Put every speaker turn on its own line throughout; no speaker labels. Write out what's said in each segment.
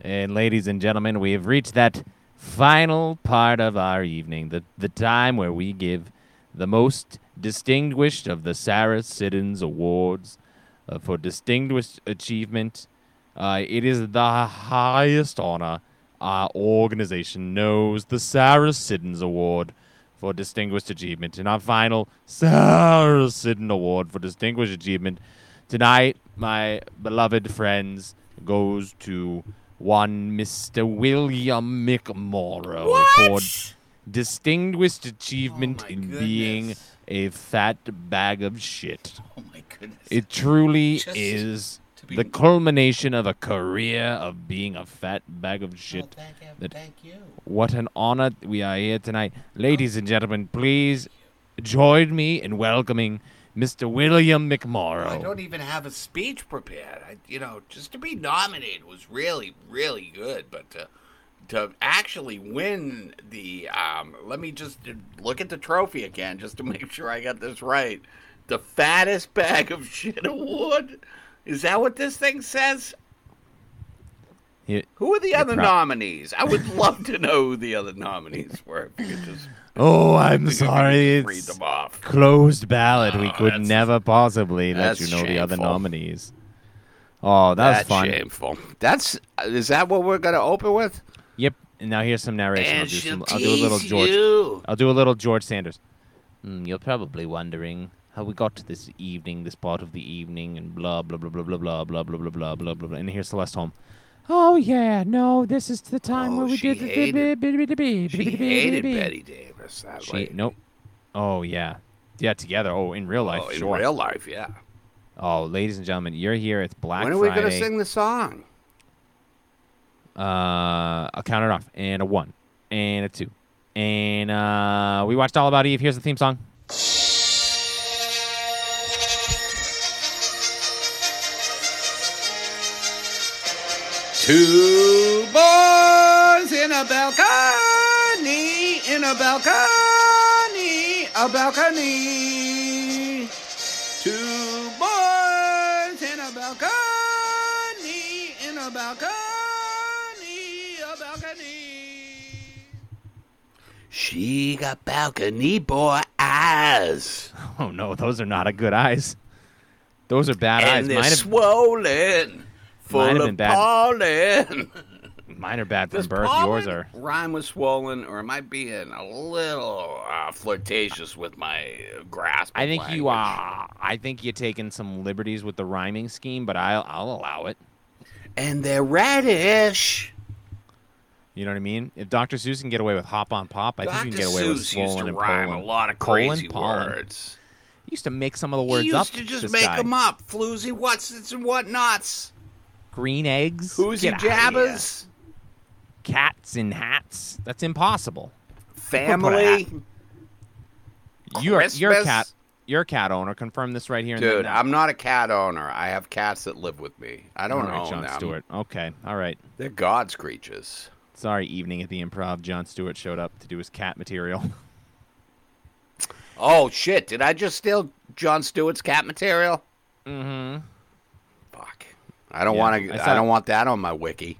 And ladies and gentlemen, we have reached that final part of our evening, the, the time where we give the most distinguished of the Sarah Siddons Awards uh, for distinguished achievement. Uh, it is the highest honor our organization knows, the Sarah Siddons Award for distinguished achievement. And our final Sarah Siddon Award for distinguished achievement tonight, my beloved friends, goes to one Mr. William McMorrow for distinguished achievement
Oh my
in
goodness.
being a fat bag of shit.
Oh my goodness.
It truly
Just
is
to be-
the culmination of a career of being a fat bag of
Oh,
shit.
thank, you,
that-
thank you.
What an honor that we are here tonight. Ladies and gentlemen, please join me in welcoming Mr. William
I don't
McMorrow.
even have a speech prepared. I, you know, just to be nominated was really, really good, but to, to actually win the, um, let me just uh, look at the trophy again just to make sure I got this right. The fattest bag of shit award. Is that what this thing says?
Here-
Who are the other
prob-
nominees? I would love to know who the other nominees were. If you could just,
Oh, I'm
if you could
sorry.
just read
It's
them off.
closed ballot. we
Oh,
could
that's-
never possibly let
that's
you know the other
shameful.
nominees. Oh, that was
That's
fun.
shameful. That's is that what we're gonna open with?
Yep. And now here's some narration. I'll do, some, I'll do a little George.
You.
I'll do a little George Sanders. Mm, you're probably wondering how we got to this evening, this part of the evening, and blah blah blah blah blah blah blah blah blah blah blah blah. blah. And here's Celeste Holm. Oh yeah, no, this is the time
Oh,
where we
she
did the
hated-
the
She hated Betty Davis. That
She
lady.
nope. Oh yeah, yeah together. Oh, in real life,
Oh, in
sure.
real life, yeah.
Oh, ladies and gentlemen, you're here. It's Black
when are we
Friday.
gonna sing the song?
Uh, I'll count it off. And a one, and a two, and uh, we watched All About Eve. Here's the theme song.
Two boys in a balcony, in a balcony, a balcony. Two boys in a balcony, in a balcony, a balcony. She got balcony boy eyes,
Oh no, those are not a good eyes. Those are bad eyes.
and they're
Mine, have-
swollen,
have
full
been
of
bad.
pollen.
mine are bad from
Does
birth. Yours are.
pollen rhyme with swollen, or am I being a little uh, flirtatious with my uh, grasp?
I
of
think you
language?
are. I think you're taking some liberties with the rhyming scheme, but I'll I'll allow it.
And they're reddish.
You know what I mean? If Dr. Seuss can get away with hop on pop, I think
Dr.
you can get away
Seuss
with
used
swollen
to
and
rhyme
pollen.
a lot of
Colon,
crazy
pollen.
words.
He used to make some of the words
he used
up.
to just
this
make
guy.
them up, floozy whatsits and whatnots,
Green eggs.
whoosy
Get outta
jabbers,
here. Cats in hats. That's impossible.
family.
Your your
Christmas.
cat your cat owner confirm this right here. and
Dude,
then
I'm not a cat owner. I have cats that live with me. I don't
All right,
own
John
them.
Stewart. Okay, all right.
They're God's creatures.
Sorry, evening at the improv. John Stewart showed up to do his cat material.
Oh shit! Did I just steal John Stewart's cat material?
Mm-hmm.
Fuck. I don't
Yeah,
want to.
I
I,
saw-
don't want that on my wiki.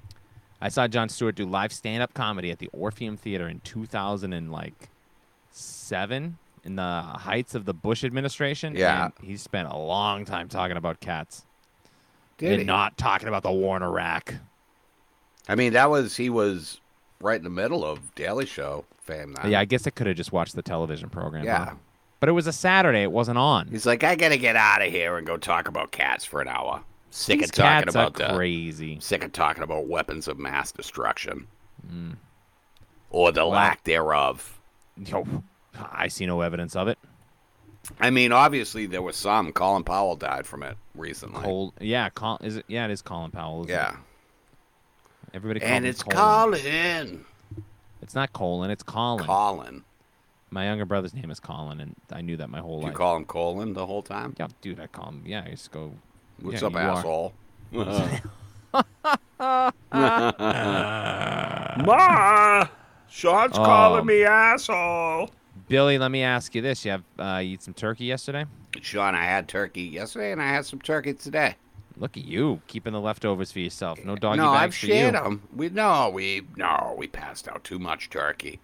I saw John Stewart do live stand-up comedy at the Orpheum Theater in 2000 and like seven in the heights of the Bush administration.
Yeah.
and he spent a long time talking about cats
Did
and
he?
not talking about the war in Iraq.
Uh-huh. I mean, that was he was right in the middle of Daily Show fame. That.
yeah, I guess I could have just watched the television program. huh?
Yeah.
but it was a Saturday. It wasn't on.
He's like, I gotta get out of here and go talk about cats for an hour. Sick
These
of talking
cats
about
are
the.
crazy.
Sick of talking about weapons of mass destruction.
Mm.
Or the lack thereof.
Yo, I see no evidence of it.
I mean, obviously there was some. Colin Powell died from it recently.
Col- yeah, Col- is it? Yeah, it is Colin Powell. isn't it?
Yeah.
everybody. Calls
And
him
it's
Colin.
Colin.
It's not Colin. It's Colin.
Colin.
My younger brother's name is Colin, and I knew that my whole
You
life.
call him Colin the whole time.
yeah, dude, I call him. Yeah, I just go.
What's
yeah,
up,
you are.
asshole? Ma, Sean's
calling
me asshole.
Billy, let me ask you this: You have uh, you eat some turkey yesterday?
Sean, I had turkey yesterday, and I had some turkey today.
Look at you keeping the leftovers for yourself. No doggy
no,
bags
I've
for
shared
you.
them. We no, we no, we passed out too much turkey.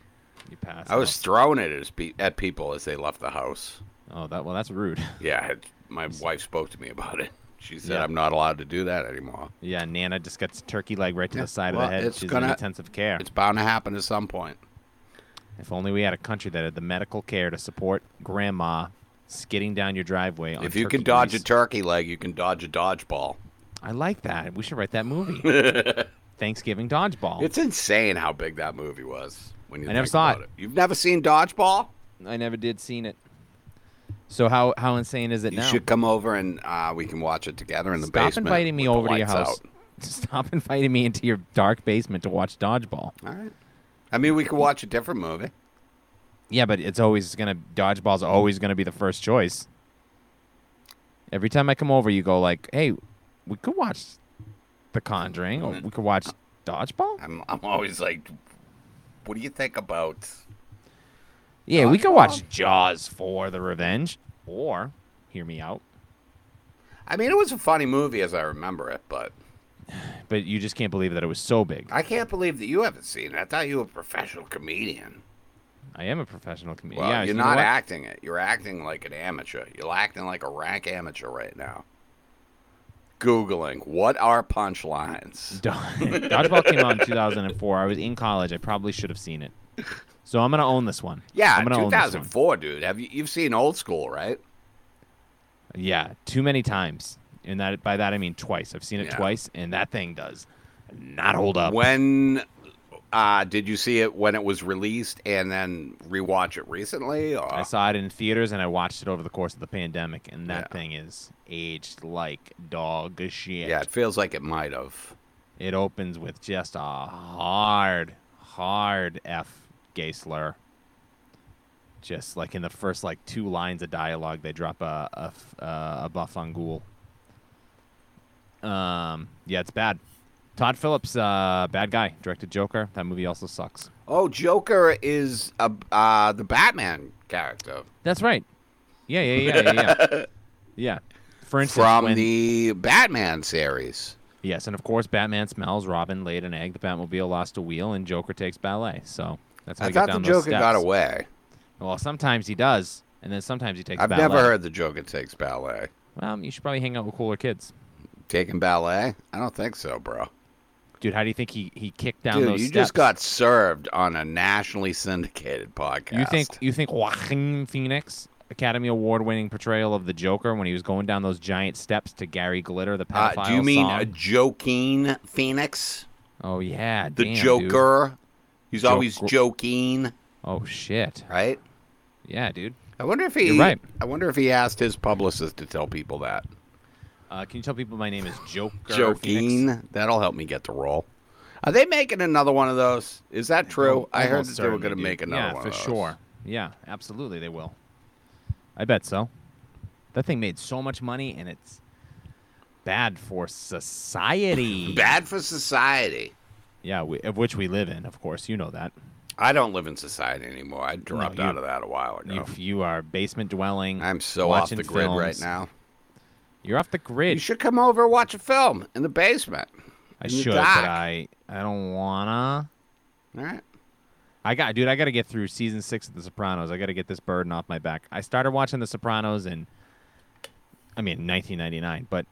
You passed.
I was throwing it as pe- at people as they left the house.
out. Oh, that well, that's rude.
Yeah, it- my wife spoke to me about it. She said
Yeah.
I'm not allowed to do that anymore.
Yeah, Nana just gets turkey leg right to
Yeah,
the side
well,
of the head.
it's
She's in
gonna-
intensive care.
It's bound to happen at some point.
If only we had a country that had the medical care to support grandma skidding down your driveway. On
if you
turkey Oh.
can dodge
grease.
a turkey leg, you can dodge a dodgeball.
I like that. We should write that movie. Thanksgiving dodgeball.
It's insane how big that movie was. When you
I never
think
saw
about
it.
You've never seen dodgeball?
I never did seen it. So how how insane is it
You
now?
should come over and uh, we can watch it together in the
Stop
basement.
inviting me
with the
over to your
lights
house.
out.
Stop inviting me into your dark basement to watch dodgeball.
All right. I mean, we could watch a different movie.
Yeah, but it's always gonna dodgeball's always gonna be the first choice. Every time I come over, you go like, "Hey, we could watch The Conjuring, or we could watch dodgeball."
I'm, I'm always like, what do you think about?
Yeah, we could watch Jaws for the revenge, or hear me out.
I mean, it was a funny movie as I remember it, but
But you just can't believe that it was so big.
I can't believe that you haven't seen it. I thought you were a professional comedian.
I am a professional comedian.
Well,
yeah,
you're
you know
not
what?
acting it. You're acting like an amateur. You're acting like a rank amateur right now. Googling what are punchlines.
Do- Dodgeball came out in 2004. I was in college. I probably should have seen it. So I'm gonna own this one.
Yeah,
I'm gonna own this one.
2004, dude. Have you you've seen Old School, right?
Yeah, too many times, and that by that I mean twice. I've seen it
Yeah.
twice, and that thing does not hold up.
When uh, did you see it when it was released and then rewatch it recently? Or?
I saw it in theaters, and I watched it over the course of the pandemic, and that
Yeah.
thing is aged like dog shit.
yeah, it feels like it might have.
It opens with just a hard, hard F gay slur. Just like in the first like two lines of dialogue, they drop a a, f- uh, a buff on Ghoul. Um, yeah, it's bad. Todd Phillips, uh, bad guy, directed Joker. That movie also sucks.
Oh, Joker is a, uh, the Batman character
That's right. Yeah, yeah, yeah, yeah, yeah. yeah. For instance,
from
when-
the Batman series.
yes, and of course, Batman smells. Robin laid an egg. The Batmobile lost a wheel, and Joker takes ballet. So that's how
I
you get
thought the
down
Joker
those steps.
got away.
Well, sometimes he does, and then sometimes he takes.
I've
ballet.
never heard the Joker takes ballet.
Well, you should probably hang out with cooler kids,
Taking ballet? I don't think so, bro.
dude. How do you think he he kicked down
Dude,
those
you
steps?
just got served on a nationally syndicated podcast.
You think you think Joaquin Phoenix, Academy Award winning portrayal of the Joker when he was going down those giant steps to Gary Glitter, the
Uh,
pedophile
do you mean
song?
a joking Phoenix?
oh yeah,
The
damn, dude.
Joker? He's always
Joker.
joking,
Oh shit,
right?
yeah, dude.
I wonder if he.
You're right.
I wonder if he asked his publicist to tell people that
Uh, can you tell people my name is Joker?
joking.
Phoenix?
That'll help me get the role. Are they making another one of those? Is that true?
Al-
I heard
almost
that they were
certainly,
going to
dude.
make another
yeah,
one.
for
of those.
sure. Yeah, absolutely, they will. I bet so. That thing made so much money, and it's bad for society.
Bad for society.
Yeah, we, of which we live in, of course. You know that.
I don't live in society anymore. I dropped
you-
out of that a while ago.
You, you are basement dwelling.
I'm so off
watching
the grid right
films.
now.
You're off the
You
grid.
should come over and watch a film in the basement.
I
in the
should, but
dark.
I I don't wanna.
All right.
I got, dude. I got to get through season six of The Sopranos. I got to get this burden off my back. I started watching The Sopranos in, I mean, 1999, but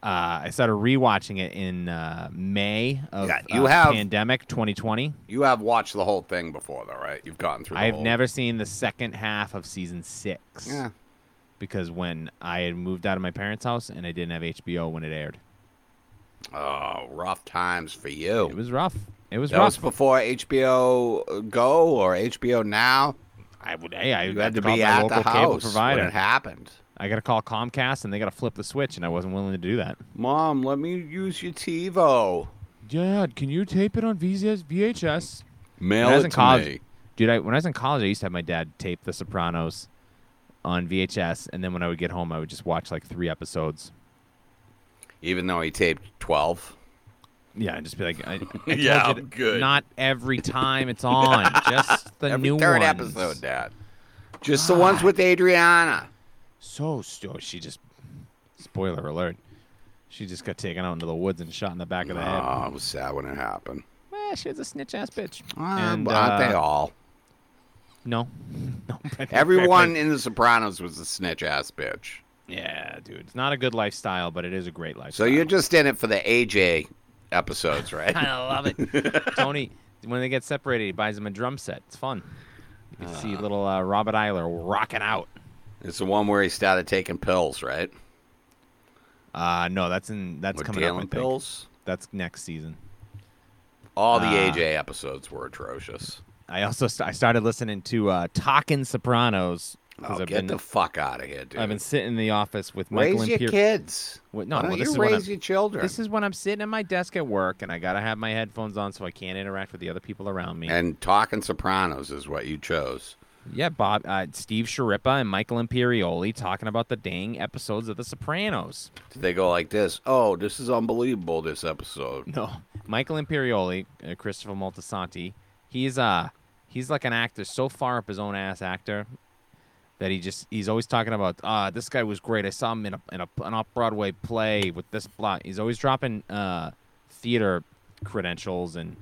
uh, I started rewatching it in uh, May of
Yeah, you
uh,
have-
pandemic 2020.
You have watched the whole thing before, though, right? You've gotten through. the
I have
whole-
never seen the second half of season six
Yeah.
because when I had moved out of my parents' house and I didn't have HBO when it aired,
Oh, rough times for you.
it was rough. It was
that was
rough.
before HBO uh, Go or HBO Now.
I would, hey, I had
You had to
call
be
my
at
local
the
cable
house
provider.
when it happened.
I got to call Comcast and they got to flip the switch, and I wasn't willing to do that.
Mom, let me use your TiVo.
Dad, can you tape it on VHS? VHS?
Mail
When I was
it
in
to
college,
me.
dude. I, when I was in college, I used to have my dad tape The Sopranos on VHS, and then when I would get home, I would just watch like three episodes.
Even though he taped twelve.
Yeah, and just be like, I, I told
Yeah,
you
I'm
to-
good.
Not every time it's on, just the
Every
new
third
ones.
episode, Dad. Just the ones with Adriana.
So stu- she just spoiler alert. She just got taken out into the woods and shot in the back of the head.
Oh, it was sad when it happened.
Well, she was a snitch ass bitch.
Ah,
And,
but aren't they
uh,
all?
No. no but-
Everyone in The Sopranos was a snitch ass bitch.
Yeah, dude. It's not a good lifestyle, but it is a great
So
lifestyle.
you're just in it for the AJ episodes, right?
I love it. Tony, when they get separated, he buys them a drum set. It's fun. You can
Ah.
see little uh, Robert Eiler rocking out.
it's the one where he started taking pills, right?
Uh, no, that's in that's
Or
coming up. I
dealing
think.
pills.
That's next season.
All the
Ah.
AJ episodes were atrocious.
I also st- I started listening to uh, Talking Sopranos
Oh,
I've
get
been
the fuck out of here, dude.
I've been sitting in the office with Michael
raise
and
your
Pierce.
kids.
Wait, no,
Why don't
well, this
you
is when I'm-
raise your children?
This is when I'm sitting at my desk at work and I gotta have my headphones on so I can't interact with the other people around me.
And Talking Sopranos is what you chose.
yeah, Bob, uh, Steve Sharippa and Michael Imperioli talking about the dang episodes of The Sopranos.
Did they go like this? Oh, this is unbelievable. This episode.
No, Michael Imperioli, uh, Christopher Moltisanti, he's uh he's like an actor so far up his own ass actor that he just he's always talking about ah this guy was great. I saw him in a in a, an off Broadway play with this plot. He's always dropping uh theater credentials and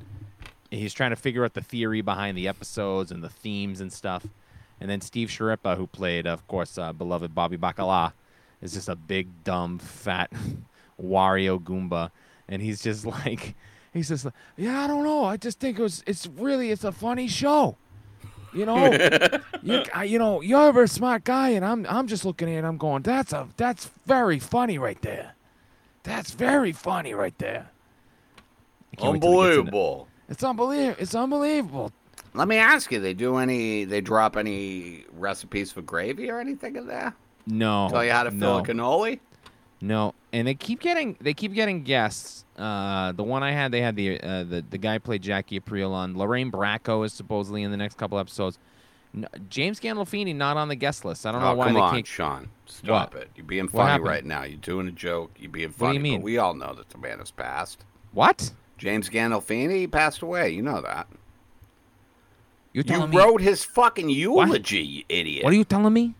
he's trying to figure out the theory behind the episodes and the themes and stuff. And then Steve Sharippa, who played, of course, uh, beloved Bobby Bacala, is just a big, dumb, fat Wario Goomba, and he's just like, he's just like, yeah, I don't know, I just think it was, it's really, it's a funny show, you know, you, I, you know, you're a very smart guy, and I'm, I'm just looking at it, and I'm going, that's a, that's very funny right there, that's very funny right there. I can't wait till he gets into-
Unbelievable.
It's unbelievable. It's unbelievable.
Let me ask you. They do any? They drop any recipes for gravy or anything in there?
No.
Tell you how to fill
Oh, no.
a cannoli?
No, and they keep getting they keep getting guests. Uh, the one I had, they had the uh, the the guy played Jackie Aprile on. Lorraine Bracco is supposedly in the next couple episodes. No, James Gandolfini not on the guest list. I don't know
Oh,
why
come
they
on,
can't.
Sean. Stop
What?
it. You're being
What
funny
happened?
right now. You're doing a joke. You're being
do you
funny.
mean?
But we all know that the man has passed.
What
James Gandolfini he passed away. You know that.
you
You
telling me?
wrote his fucking eulogy, you idiot.
What are you telling me?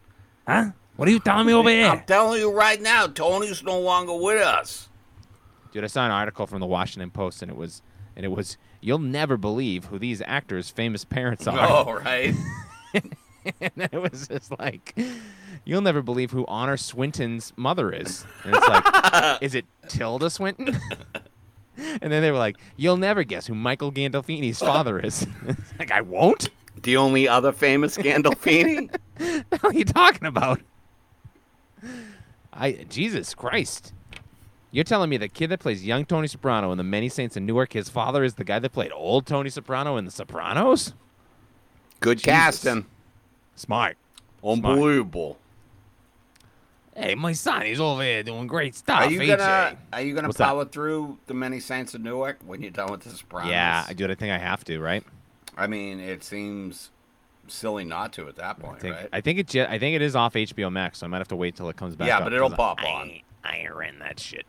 Huh? What are you telling me over
I'm
here?
telling you right now, Tony's no longer with us.
Dude, I saw an article from the Washington Post, and it was and it was you'll never believe who these actors' famous parents are.
All right.
and then it was just like, you'll never believe who Honor Swinton's mother is. And it's like, is it Tilda Swinton? and then they were like, you'll never guess who Michael Gandolfini's father is. It's like, I won't.
The only other famous Gandolfini?
What are you talking about? I Jesus Christ. You're telling me the kid that plays young Tony Soprano in The Many Saints in Newark, his father is the guy that played old Tony Soprano in The Sopranos?
Good casting.
Smart.
Unbelievable.
Hey, my son, he's over here doing great stuff.
Are you
AJ.
gonna Are you gonna
What's
power through the many saints of Newark when you're done with this promise?
Yeah, I do. I think I have to, right?
I mean, it seems silly not to at that
I
point,
think,
right?
I think it. ju- I think it is off HBO Max, so I might have to wait till it comes back.
Yeah,
up,
but it'll
'cause
pop
I,
on.
ain't- I ain't ran that shit.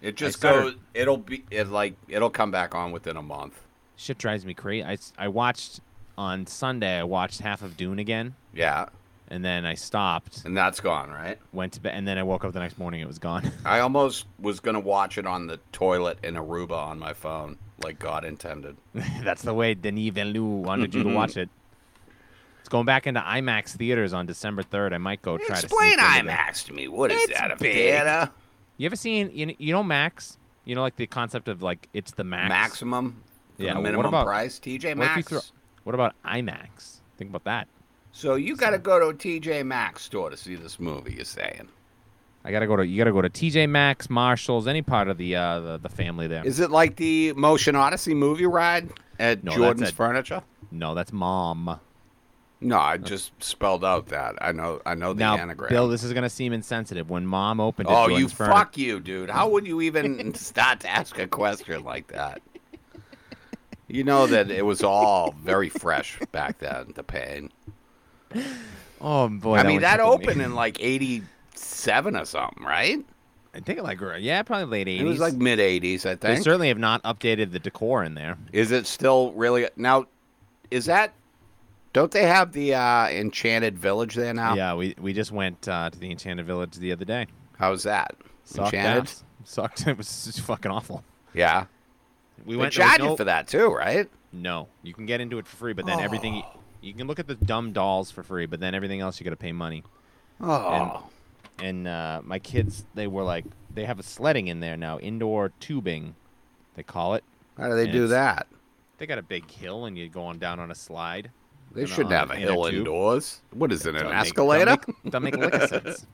It just
started-
goes. It'll be. It like it'll come back on within a month.
Shit drives me crazy. I, s- I watched on Sunday. I watched half of Dune again,
Yeah,
and then I stopped,
and that's gone, right?
went to bed, and then I woke up the next morning. It was gone.
I almost was gonna watch it on the toilet in Aruba on my phone, like God intended.
That's the way Denis Villeneuve wanted you to watch it. It's going back into IMAX theaters on December third. I might go try to
Explain
sneak into the-
IMAX to me. What is
It's
that? A
big.
theater?
You ever seen you know, you know Max? You know like the concept of like it's the Max.
Maximum. for
Yeah,
the
what
minimum
about-
price. TJ
What if you
Maxx.
throw- what about IMAX? Think about that.
So you got to go to a TJ Maxx store to see this movie. You're saying?
I gotta go to you gotta go to TJ Maxx, Marshalls, any part of the uh, the, the family there.
Is it like the Motion Odyssey movie ride at
No, that's
Jordan's
at-
Furniture?
no, that's mom.
No, I just spelled out that. I know. I know the
Now,
anagram.
Bill, this is gonna seem insensitive. When mom opened it,
oh,
Jordan's
you
Furniture-
fuck you, dude. How would you even start to ask a question like that? You know that it was all very fresh back then. The pain.
Oh boy,
I mean,
one
that
tickled me.
opened in like '87 or something, right?
I think like yeah, probably late eighties.
It was like mid '80s, I
they
think.
certainly have not updated the decor in there.
Is it still really now? Is that? Don't they have the uh, Enchanted Village there now?
Yeah, we we just went uh, to the Enchanted Village the other day.
How's that?
Sock
Enchanted?
dabs. Sock it was just fucking awful.
Yeah.
We
They
went there was
charge you
no-
for that too, right?
No, you can get into it for free, but then everything you can look at the dumb dolls for free, but then everything else you got to pay money.
Oh.
And uh, my kids, they were like, they have a sledding in there now, indoor tubing, they call it.
How do they
and
do
it's-
that?
They got a big hill, and you're going down on a slide.
They
and
shouldn't
on-
have a
in a
hill
tube.
indoors. What is it, an
Don't make-
escalator?
Don't make, don't make lick of sense.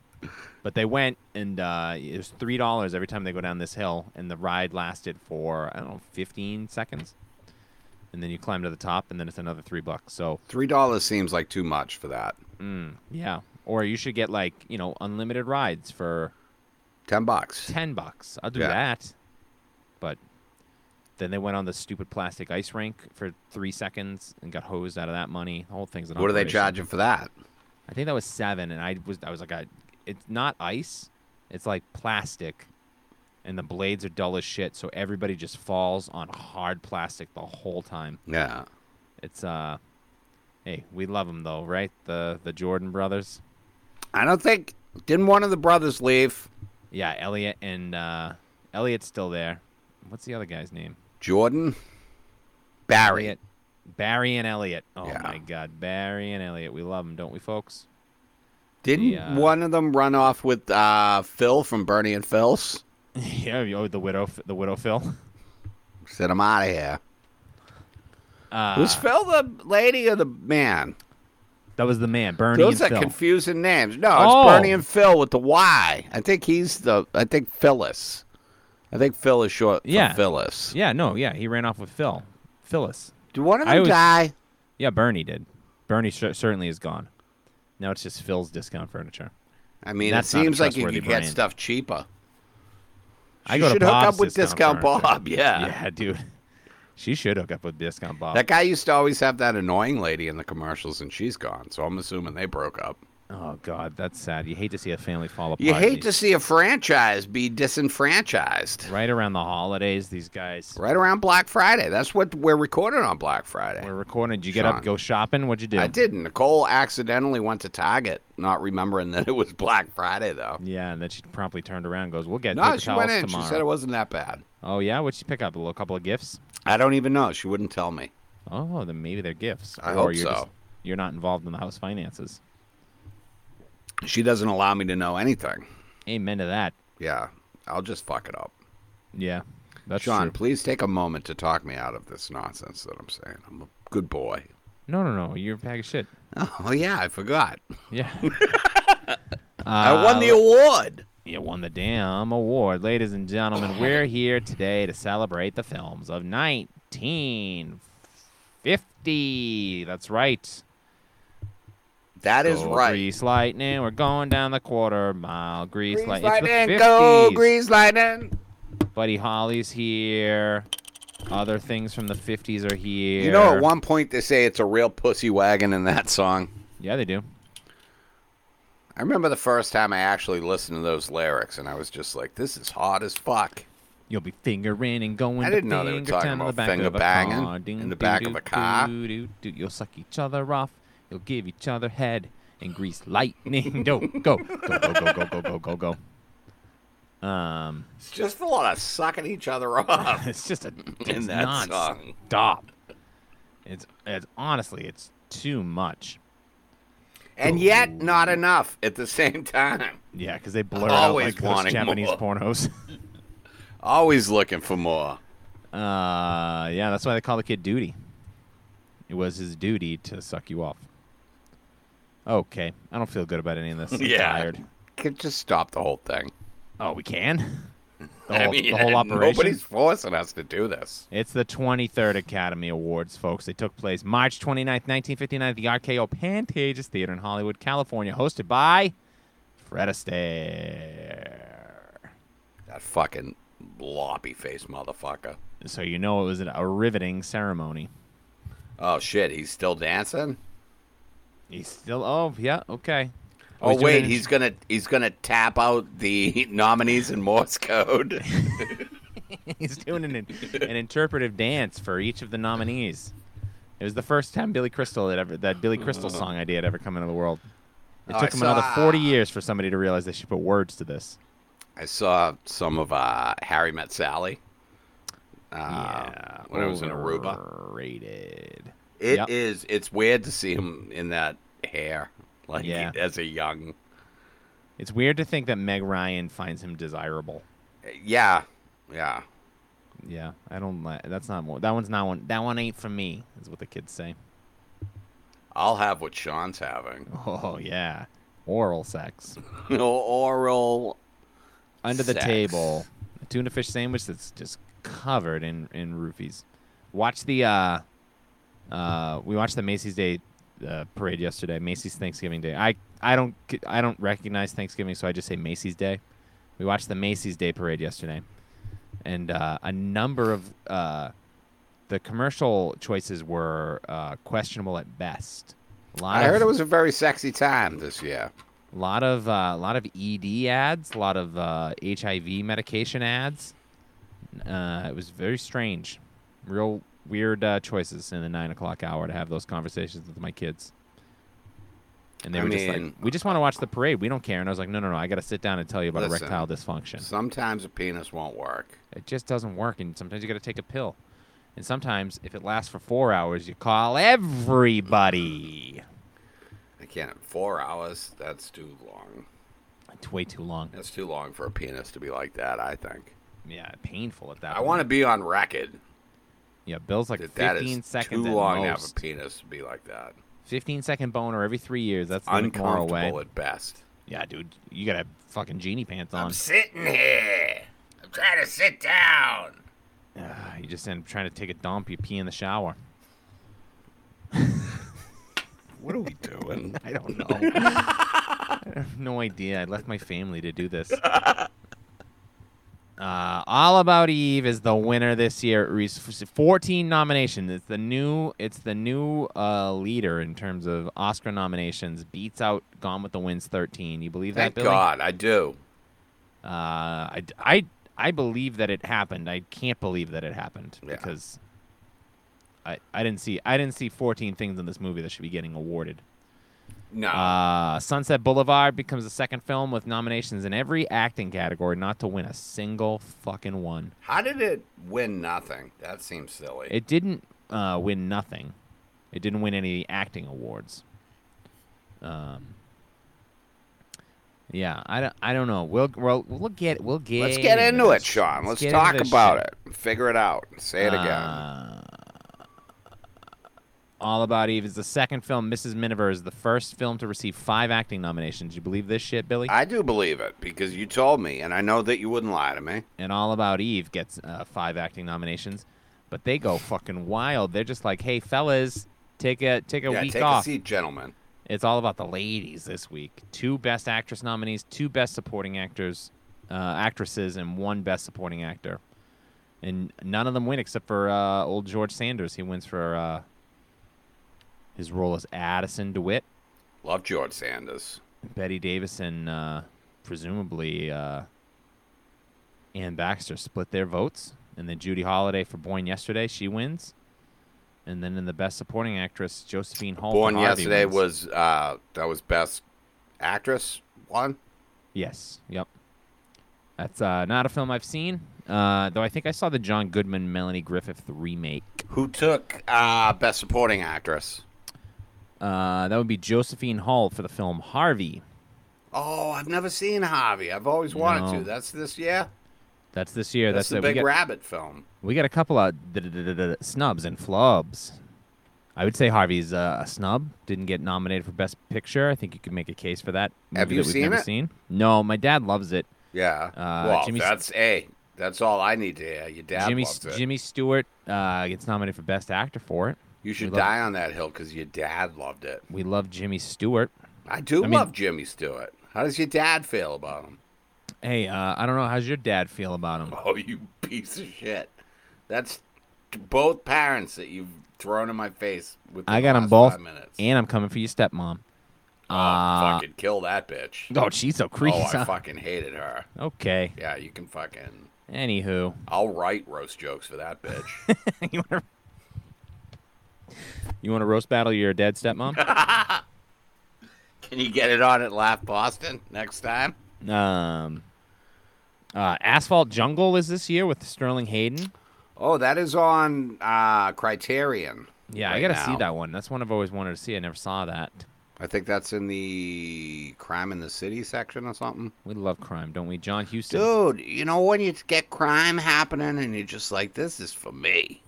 But they went, and uh, it was three dollars every time they go down this hill, and the ride lasted for I don't know, fifteen seconds, and then you climb to the top, and then it's another three bucks. So,
Three dollars seems like too much for that.
mm, yeah. Or you should get like you know unlimited rides for
Ten bucks.
ten bucks. I'll do
Yeah.
that. But then they went on the stupid plastic ice rink for three seconds and got hosed out of that money. The whole thing's an
What are they
operation.
charging for that?
I think that was seven, and I was I was like, I, it's not ice, it's like plastic, and the blades are dull as shit, so everybody just falls on hard plastic the whole time.
Yeah.
It's uh, hey, we love them though, right? The the Jordan brothers,
I don't think didn't one of the brothers leave?
yeah, Elliot and uh, Elliot's still there. What's the other guy's name?
Jordan? Barry.
Elliot, Barry and Elliot. Oh
Yeah.
my God, Barry and Elliot, we love them, don't we, folks?
Didn't
Yeah.
one of them run off with uh, Phil from Bernie and Phil's?
yeah, oh, the widow, the widow Phil.
Said I'm out of here.
Uh,
Was Phil the lady or the man?
that was the man, Bernie
Those are
and Phil.
confusing names. No, it's
Oh.
Bernie and Phil with the Y. I think he's the. I think Phyllis. I think Phil is short for
Yeah.
Phyllis.
Yeah, no, yeah, he ran off with Phil, Phyllis.
Did one of
I
them
was-
die?
Yeah, Bernie did. Bernie cer- certainly is gone. Now it's just Phil's discount furniture.
I mean, it
That's not a
seems like you
trustworthy
could
brand.
get stuff cheaper.
I
She
go to
should hook
Bob's
up with Discount
furniture.
Bob. Yeah.
yeah, dude. She should hook up with discount Bob.
That guy used to always have that annoying lady in the commercials, and she's gone. So I'm assuming they broke up.
oh God, that's sad. You hate to see a family fall apart.
You hate to
these-
see a franchise be disenfranchised.
Right around the holidays, these guys.
Right around Black Friday. That's what we're recording on Black Friday.
We're recording. Did you get up,
Sean.
go shopping? What'd you do?
I didn't. Nicole accidentally went to Target, not remembering that it was Black Friday, though.
Yeah, and then she promptly turned around and goes, We'll get
No,
paper
she
towels
went in.
tomorrow.
She said it wasn't that bad.
oh, yeah? What'd she pick up? A little couple of gifts?
I don't even know. She wouldn't tell me.
Oh, then maybe they're gifts.
I
or
hope
you're
so.
Just, you're not involved in the house finances.
She doesn't allow me to know anything.
Amen to that.
Yeah, I'll just fuck it up.
Yeah, that's
Sean,
true.
please take a moment to talk me out of this nonsense that I'm saying. I'm a good boy.
No, no, no. You're a bag of shit.
Oh, yeah, I forgot.
Yeah.
I won the
Uh,
award.
You won the damn award, ladies and gentlemen. We're here today to celebrate the films of 1950. That's right.
That is
Go
right.
Grease lightning. We're going down the quarter mile. Grease,
Grease
light- It's
lightning,
the 50s.
go, Grease lightning.
Buddy Holly's here. Other things from the 50s are here.
You know, at one point they say it's a real pussy wagon in that song.
Yeah, they do.
I remember the first time I actually listened to those lyrics, and I was just like, "This is hot as fuck."
You'll be fingering and going.
I
to
didn't know they were
finger
talking
time in the
about
back
finger
of a
banging
car.
in
Ding, doo,
the back of
doo,
a car.
doo, doo, doo. You'll suck each other off. You'll give each other head and grease lightning. go, go, go, go, go, go, go, go, go, go. Um,
It's just a lot of sucking each other off.
it's just a
In
it's
that
not
song.
Stop. It's it's honestly it's too much.
and yet, not enough at the same time.
Yeah, because they blur it out
Always
like those
wanting
Japanese
more.
pornos.
Always looking for more.
Uh, yeah, that's why they call the kid Duty. It was his duty to suck you off. Okay, I don't feel good about any of this. I'm
Yeah.
tired.
Could just stop the whole thing.
Oh, we can. The
I
whole,
mean,
the whole operation.
Nobody's forcing us to do this.
It's the 23rd Academy Awards, folks. They took place March 29th, 1959 at the RKO Pantages Theater in Hollywood, California, hosted by Fred Astaire.
That fucking loppy faced motherfucker.
So you know it was an- a riveting ceremony.
Oh shit, he's still dancing.
He's still. Oh, yeah. Okay.
Oh
He's doing
wait,
an-
he's gonna he's gonna tap out the nominees in Morse code.
He's doing an, an interpretive dance for each of the nominees. It was the first time Billy Crystal had ever that Billy Crystal song idea had ever come into the world. It
Oh, I
took him another
saw-
40 years for somebody to realize they should put words to this.
I saw some of uh, Harry Met Sally. Uh, when it was in Aruba.
Overrated.
It is.
Yep.
It's weird to see him in that hair, like
Yeah.
as a young.
It's weird to think that Meg Ryan finds him desirable.
Yeah, yeah.
Yeah, I don't. li- That's not more. That one's not one. That one ain't for me. Is what the kids say.
I'll have what Sean's having.
Oh yeah, oral sex
Oral.
under the
Sex.
table. A tuna fish sandwich that's just covered in in roofies. Watch the uh, uh, we watched the Macy's Day uh, parade yesterday. Macy's Thanksgiving Day. I I don't c- I don't recognize Thanksgiving, so I just say Macy's Day. We watched the Macy's Day parade yesterday, and uh, a number of uh, the commercial choices were uh, questionable at best. A lot
I
of-
heard it was a very sexy time this year.
a lot of uh, a lot of ED ads, a lot of uh, HIV medication ads. Uh, it was very strange, real weird uh, choices in the nine o'clock hour to have those conversations with my kids. And they
I
were just like,
mean-
"We just want to watch the parade. We don't care." And I was like, "No, no, no! I got to sit down and tell you about
Listen.
erectile dysfunction.
Sometimes a penis won't work.
It just doesn't work, and sometimes you got to take a pill. And sometimes, if it lasts for four hours, you call everybody.
I can't. Four hours. That's too long.
It's way too long.
That's too long for a penis to be like that. I think.
Yeah, painful at that.
I want to be on record
Yeah, Bill's like
that that
15
is
seconds
too
at
long to have
most.
a penis to be like that.
15 second boner every three years. That's the McMorrow way.
Uncomfortable at best.
Yeah, dude, you gotta have fucking genie pants on.
sitting here. I'm trying to sit down.
Ugh, you just end up trying to take a dump. You pee in the shower.
What are we doing?
I don't know. I have no idea. I left my family to do this. Uh, All About Eve is the winner this year. It received 14 nominations. It's the new. It's the new uh, leader in terms of Oscar nominations. Beats out Gone with the Wind's 13. You believe
Thank
that, Billy?
God, I do.
Uh, I, I, I believe that it happened. I can't believe that it happened
Yeah.
because I, I didn't see I didn't see 14 things in this movie that should be getting awarded.
No. Ah.
Uh, Sunset Boulevard becomes the second film with nominations in every acting category, not to win a single fucking one.
How did it win nothing? That seems silly.
It didn't uh, win nothing. It didn't win any acting awards. Um. Yeah, I don't, I don't know. We'll, we'll, we'll get, we'll get.
Let's get into it,
this.
Sean. Let's
get into
talk
this
about
shit.
it. Figure it out. Say it again.
Uh, All About Eve is the second film. Mrs. Miniver is the first film to receive five acting nominations. You believe this shit, Billy?
I do believe it because you told me, and I know that you wouldn't lie to me.
and All About Eve gets uh, five acting nominations, but they go fucking wild. They're just like, "Hey, fellas, take a take a
yeah,
week
take
off.
a seat, gentlemen.
It's all about the ladies this week. Two Best Actress nominees, two Best Supporting Actors, uh, actresses, and one Best Supporting Actor, and none of them win except for uh, old George Sanders. He wins for uh, his role as Addison DeWitt.
Love George Sanders.
Betty Davis and uh, presumably uh, Ann Baxter split their votes, and then Judy Holliday for Born Yesterday she wins, and then in the Best Supporting Actress, Josephine Hall. for
Born
Harvey
yesterday
wins.
was uh that was best actress one.
Yes. Yep. That's uh, not a film I've seen, uh, though I think I saw the John Goodman Melanie Griffith remake.
Who took uh best supporting actress?
Uh, that would be Josephine Hall for the film Harvey.
Oh, I've never seen Harvey. I've always wanted
No.
to. That's this year.
That's this year.
That's
That's,
the
it.
Big
we, got,
Rabbit film.
we got a couple of d- d- d- d- snubs and flubs. I would say Harvey's uh, a snub. Didn't get nominated for Best Picture. I think you could make a case for that.
Have
movie
you
that we've
seen
never
it?
Seen. No, my dad loves it.
Yeah.
Uh,
well,
Jimmy-
that's a. That's all I need to hear. Your dad
Jimmy
loves it.
Jimmy Stewart uh, gets nominated for Best Actor for it.
you should
we love-
die on that hill because your dad loved it.
We love Jimmy Stewart.
I do
I mean-
love Jimmy Stewart. How does your dad feel about him?
Hey, uh, I don't know. How's your dad feel about him?
Oh, you piece of shit. That's t- both parents that you've thrown in my face with.
I got 'em both.
Five minutes.
And I'm coming for your stepmom.
oh,
uh,
fucking kill that bitch.
Oh, she's so creepy.
Oh, I
huh?
fucking hated her.
okay.
Yeah, you can fucking.
Anywho,
I'll write roast jokes for that bitch.
you want to you want to roast battle your dead stepmom?
can you get it on at Laugh Boston next time?
um, Uh, Asphalt Jungle is this year with Sterling Hayden.
Oh, that is on uh, Criterion.
Yeah, I
right
gotta see
now.
that one. That's one I've always wanted to see. I never saw that.
I think that's in the crime in the city section or something.
We love crime, don't we, John Houston?
Dude, you know when you get crime happening and you're just like, this is for me.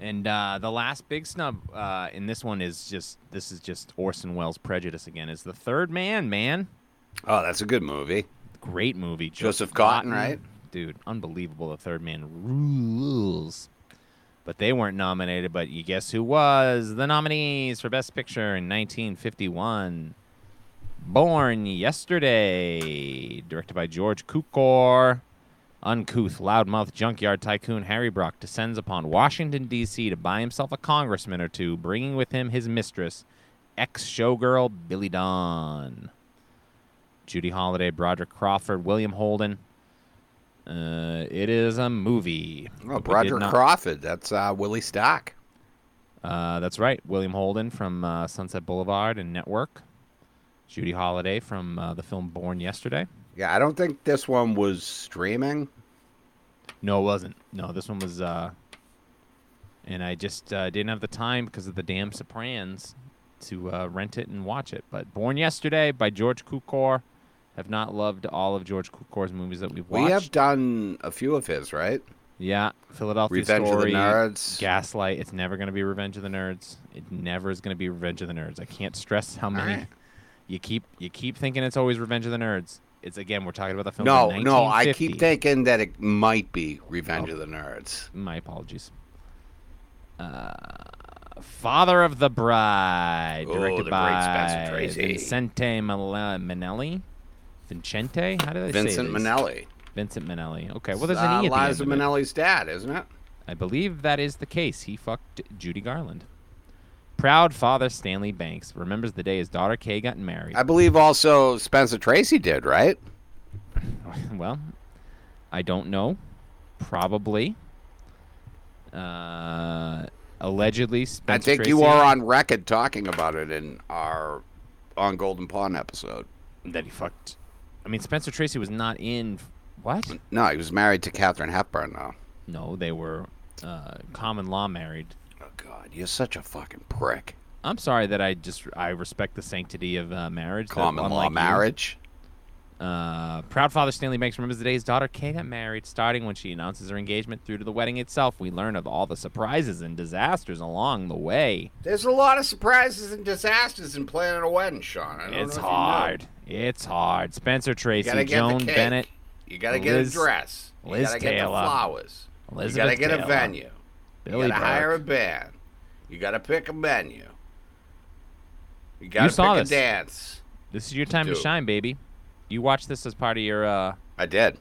And uh, the last big snub uh, in this one is just this is just Orson Welles' prejudice again. Is the Third Man, man,
Oh, that's a good movie.
great movie.
Joseph Cotten, right?
Dude, unbelievable. The Third Man rules. But they weren't nominated. But you guess who was the nominees for Best Picture in 1951? Born Yesterday, directed by George Cukor. Uncouth, loudmouth junkyard tycoon Harry Brock descends upon Washington, D.C. to buy himself a congressman or two, bringing with him his mistress, ex showgirl Billy Dawn. Judy Holliday, Broderick Crawford, William Holden. Uh, it is a movie. But we
Oh,
did
Broderick
not-
Crawford. That's uh, Willie Stock.
Uh, that's right. William Holden from uh, Sunset Boulevard and Network. Judy Holliday from uh, the film Born Yesterday.
Yeah, I don't think this one was streaming.
No, it wasn't. No, this one was. Uh, and I just uh, didn't have the time because of the damn Sopranos to uh, rent it and watch it. But Born Yesterday by George Cukor. Have not loved all of George Cukor's movies that we've watched.
We have done a few of his, right?
Yeah, Philadelphia
Revenge of the
Story,
Nerds.
Gaslight. It's never going to be Revenge of the Nerds. It never is going to be Revenge of the Nerds. I can't stress how many
right.
you keep you keep thinking it's always Revenge of the Nerds. It's again we're talking about the film.
No,
from
no, I
1950.
keep thinking that it might be
Oh.
Revenge of the Nerds.
My apologies. Uh, Father of the Bride,
Oh,
directed
the great
by
Spencer Tracy.
Vincente Mala- Minnelli. Vincente, how do they say
Vincent
these?
Minnelli.
Vincent Minnelli. Okay, well there's an
uh,
E at the end
Liza
of it.
Minnelli's dad, isn't it?
I believe that is the case. He fucked Judy Garland. Proud father Stanley Banks remembers the day his daughter Kay got married.
I believe also Spencer Tracy did, right?
well, I don't know. Probably. Uh, allegedly, Spencer
I think you
Tracy-
are on record talking about it in our on Golden Pond episode.
that he fucked. I mean, Spencer Tracy was not in. What?
No, he was married to Katherine Hepburn, though.
No, they were uh, common law married.
Oh God, you're such a fucking prick.
I'm sorry that I just I respect the sanctity of uh, marriage. that
Common law
unlike you-
marriage.
Uh, proud father Stanley Banks remembers the day his daughter Kay got married, starting when she announces her engagement through to the wedding itself. We learn of all the surprises and disasters along the way.
There's a lot of surprises and disasters in planning a wedding, Sean. I don't know
It's
if you know.
hard. It's hard. Spencer
You
Tracy,
gotta get
Joan
the cake.
Bennett,
You gotta get
Liz-
a dress. You
Liz
gotta get the
Taylor,
flowers.
Elizabeth
you gotta get
Taylor,
a venue.
Billy
you gotta hire a
Burke.
band. You gotta pick a venue. You gotta
saw
pick
this.
a dance.
This is your time to
Dude.
shine, baby. You watch this as part of your uh
I did.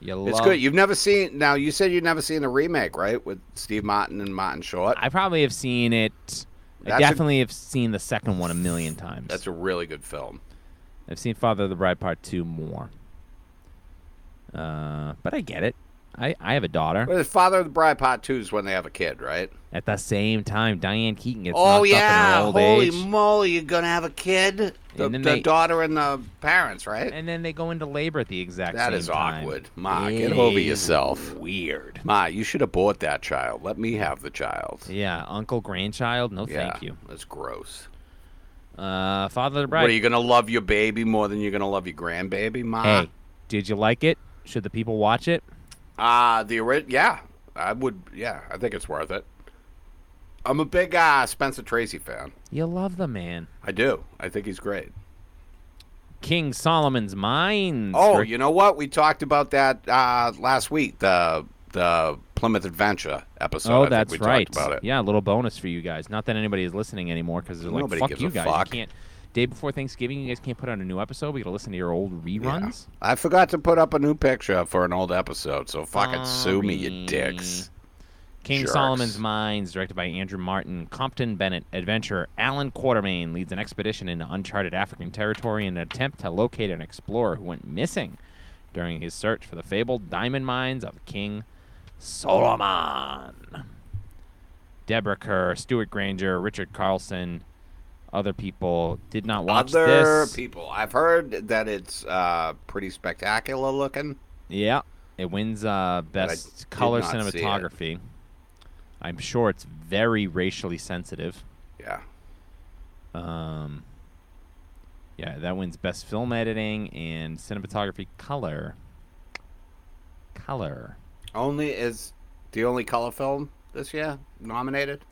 your
It's
love
good. You've never seen. Now you said you've never seen the remake, right? With Steve Martin and Martin Short.
I probably have seen it. I
That's a-
definitely have seen the second one a million times.
That's a really good film.
I've seen Father of the Bride Part Two more. Uh, but I get it. I, I have a daughter.
Well, the Father of the Bride Part Two is when they have a kid, right?
At the same time, Diane Keaton gets
oh
knocked up in
yeah!
her old
Holy
age,
moly! You're gonna have a kid. The,
And then
the
they-
daughter and the parents, right?
and then they go into labor at the exact
That
same
is
time.
awkward. Ma,
It
get over
is
yourself.
Weird.
Ma, you should abort that child. Let me have the child.
Yeah, uncle, grandchild. No,
Yeah,
thank you.
That's gross.
Uh, Father of the
What
Bride.
are you gonna love your baby more than you're gonna love your grandbaby, Ma?
hey, did you like it? Should the people watch it?
Uh the ori- yeah, I would. Yeah, I think it's worth it. I'm a big uh, Spencer Tracy fan.
You love the man.
I do. I think he's great.
King Solomon's Mines.
Oh,
for-
you know what? We talked about that uh, last week. The the Plymouth Adventure episode.
oh,
I think
that's
we
right.
Talked about it.
Yeah, a little bonus for you guys. Not that anybody is listening anymore because they're like,
Nobody
"Fuck
gives
you
a
guys,
fuck.
you can't." Day before Thanksgiving, you guys can't put out a new episode. We got to listen to your old reruns.
I forgot to put up a new picture for an old episode, so fucking sue me, you dicks.
King
Jerks.
Solomon's Mines, directed by Andrew Martin, Compton Bennett, adventurer Alan Quatermain leads an expedition into uncharted African territory in an attempt to locate an explorer who went missing during his search for the fabled diamond mines of King Solomon. Deborah Kerr, Stuart Granger, Richard Carlson, Other people did not watch
Other
this.
people, I've heard that it's uh, pretty spectacular looking.
Yeah, it wins uh, best
did
color
not see it.
cinematography. I'm sure it's very racially sensitive.
Yeah,
Um, yeah, that wins best film editing and cinematography color. Color.
only is the only color film this year nominated.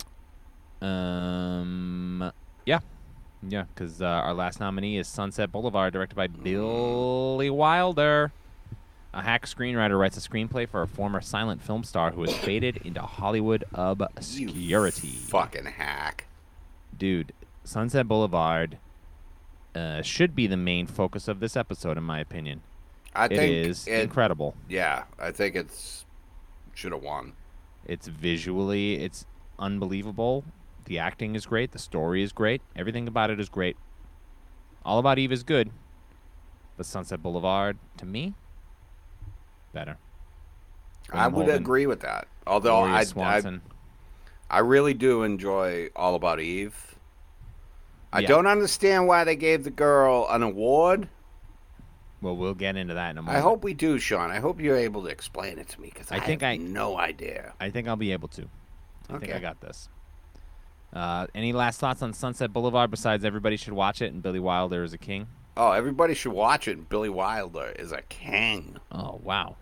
Um, yeah, yeah, because uh, our last nominee is Sunset Boulevard, directed by Billy Wilder. A hack screenwriter writes a screenplay for a former silent film star who has faded into Hollywood
You
obscurity.
fucking hack.
Dude, Sunset Boulevard uh, should be the main focus of this episode, in my opinion.
I
It
think
is
it-
incredible.
Yeah, I think it's should have won.
It's visually, it's unbelievable. The acting is great. The story is great. Everything about it is great. All About Eve is good. But Sunset Boulevard, to me, better.
I would
Holden,
agree with that. Although
Gloria
I, I
Swanson.
I really do enjoy All About Eve. I
Yeah.
don't understand why they gave the girl an award.
well, we'll get into that in a moment.
I hope we do, Sean. I hope you're able to explain it to me because
I
I,
think
have
I-
no idea.
I think I'll be able to. I think I
Okay.
got this. Uh, any last thoughts on Sunset Boulevard besides everybody should watch it and Billy Wilder is a king?
Oh, everybody should watch it. Billy Wilder is a king.
Oh wow,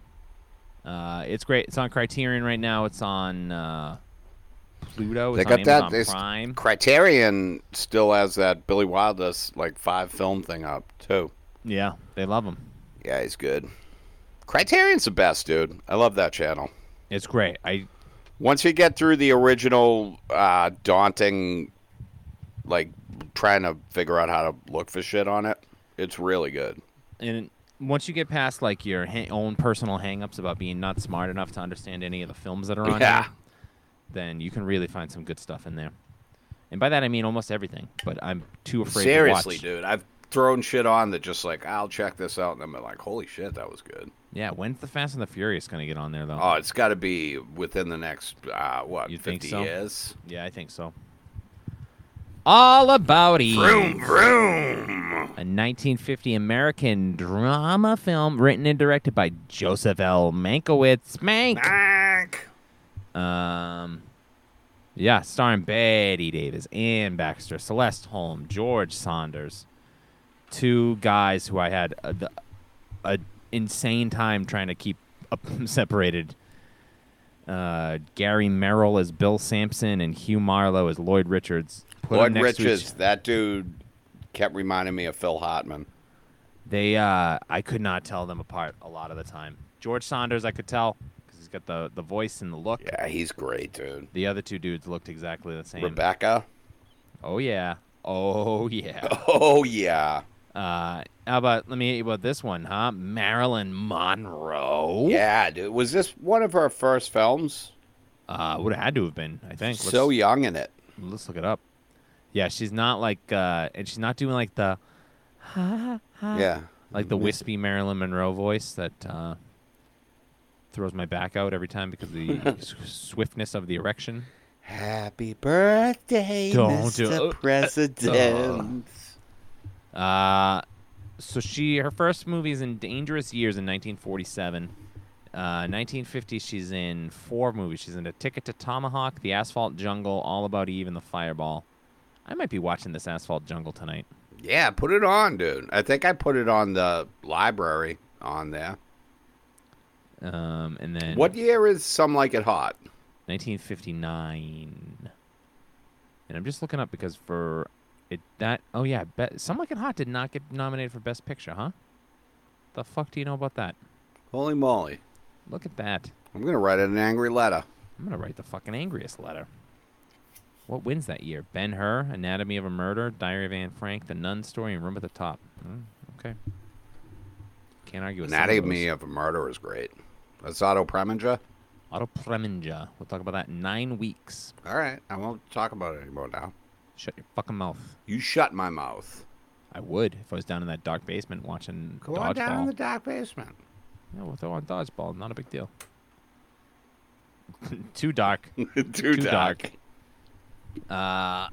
uh, it's great. It's on Criterion right now. It's on uh, Pluto. It's
They got
on
that-
Amazon
they s-
Prime.
Criterion still has that Billy Wilder's like five film thing up too.
Yeah, they love him.
Yeah, he's good. Criterion's the best, dude. I love that channel.
It's great. I
Once you get through the original uh, daunting, like trying to figure out how to look for shit on it, it's really good.
and once you get past like your ha- own personal hangups about being not smart enough to understand any of the films that are on,
Yeah.
here, then you can really find some good stuff in there. And by that I mean almost everything. But I'm too afraid
Seriously,
to watch.
dude, I've thrown shit on that just like I'll check this out, and I'm like, holy shit, that was good.
Yeah, when's the Fast and the Furious gonna get on there though?
Oh, it's got to be within the next uh, what
You think
fifty
so?
years.
Yeah, I think so. All about Eve.
vroom.
A 1950 American drama film written and directed by Joseph L. Mankiewicz. Mank.
Back.
Um, yeah, starring Betty Davis, Ann Baxter, Celeste Holm, George Saunders, two guys who I had a, the- a insane time trying to keep up separated. Uh, Gary Merrill as Bill Sampson and Hugh Marlowe as Lloyd Richards. Put 'em
Lloyd
next to each-
Richards, that dude kept reminding me of Phil Hartman.
They, uh, I could not tell them apart a lot of the time. George Saunders, I could tell because he's got the the voice and the look.
Yeah, he's great, dude.
The other two dudes looked exactly the same.
Rebecca.
Oh yeah. Oh yeah.
Oh yeah.
Uh, how about let me hit you about this one, huh? Marilyn Monroe.
Yeah, dude. Was this one of her first films?
Uh, would have had to have been, I think. Let's,
So young in it.
let's look it up. Yeah, she's not like, uh, and she's not doing like the, ha, ha,
Yeah.
like the wispy Marilyn Monroe voice that uh, throws my back out every time because of the s- swiftness of the erection.
Happy birthday,
Don't do- uh, uh, uh.
President.
Uh, so she her first movie is in Dangerous Years in 1947. Uh, 1950, she's in four movies. She's in A Ticket to Tomahawk, The Asphalt Jungle, All About Eve, and The Fireball. I might be watching this Asphalt Jungle tonight.
yeah, put it on, dude. I think I put it on the library on there.
Um, and then
What year is Some Like It Hot?
1959. And I'm just looking up because for it that oh yeah, be, Some Like It Hot did not get nominated for Best Picture, huh? The fuck do you know about that?
Holy moly.
Look at that.
I'm going to write an angry letter.
I'm gonna write the fucking angriest letter. What wins that year? Ben Hur, Anatomy of a Murder, Diary of Anne Frank, The Nun Story, and Room at the Top. Mm, okay. Can't argue with
Anatomy
some of those.
of a Murder is great. That's Otto Preminger.
Otto Preminger. We'll talk about that in nine weeks.
All right. I won't talk about it anymore now.
Shut your fucking mouth.
You shut my mouth.
I would if I was down in that dark basement watching
Go
dodgeball.
on down in the dark basement.
Yeah, we'll throw on dodgeball. Not a big deal. Too dark.
Too,
dark. Uh,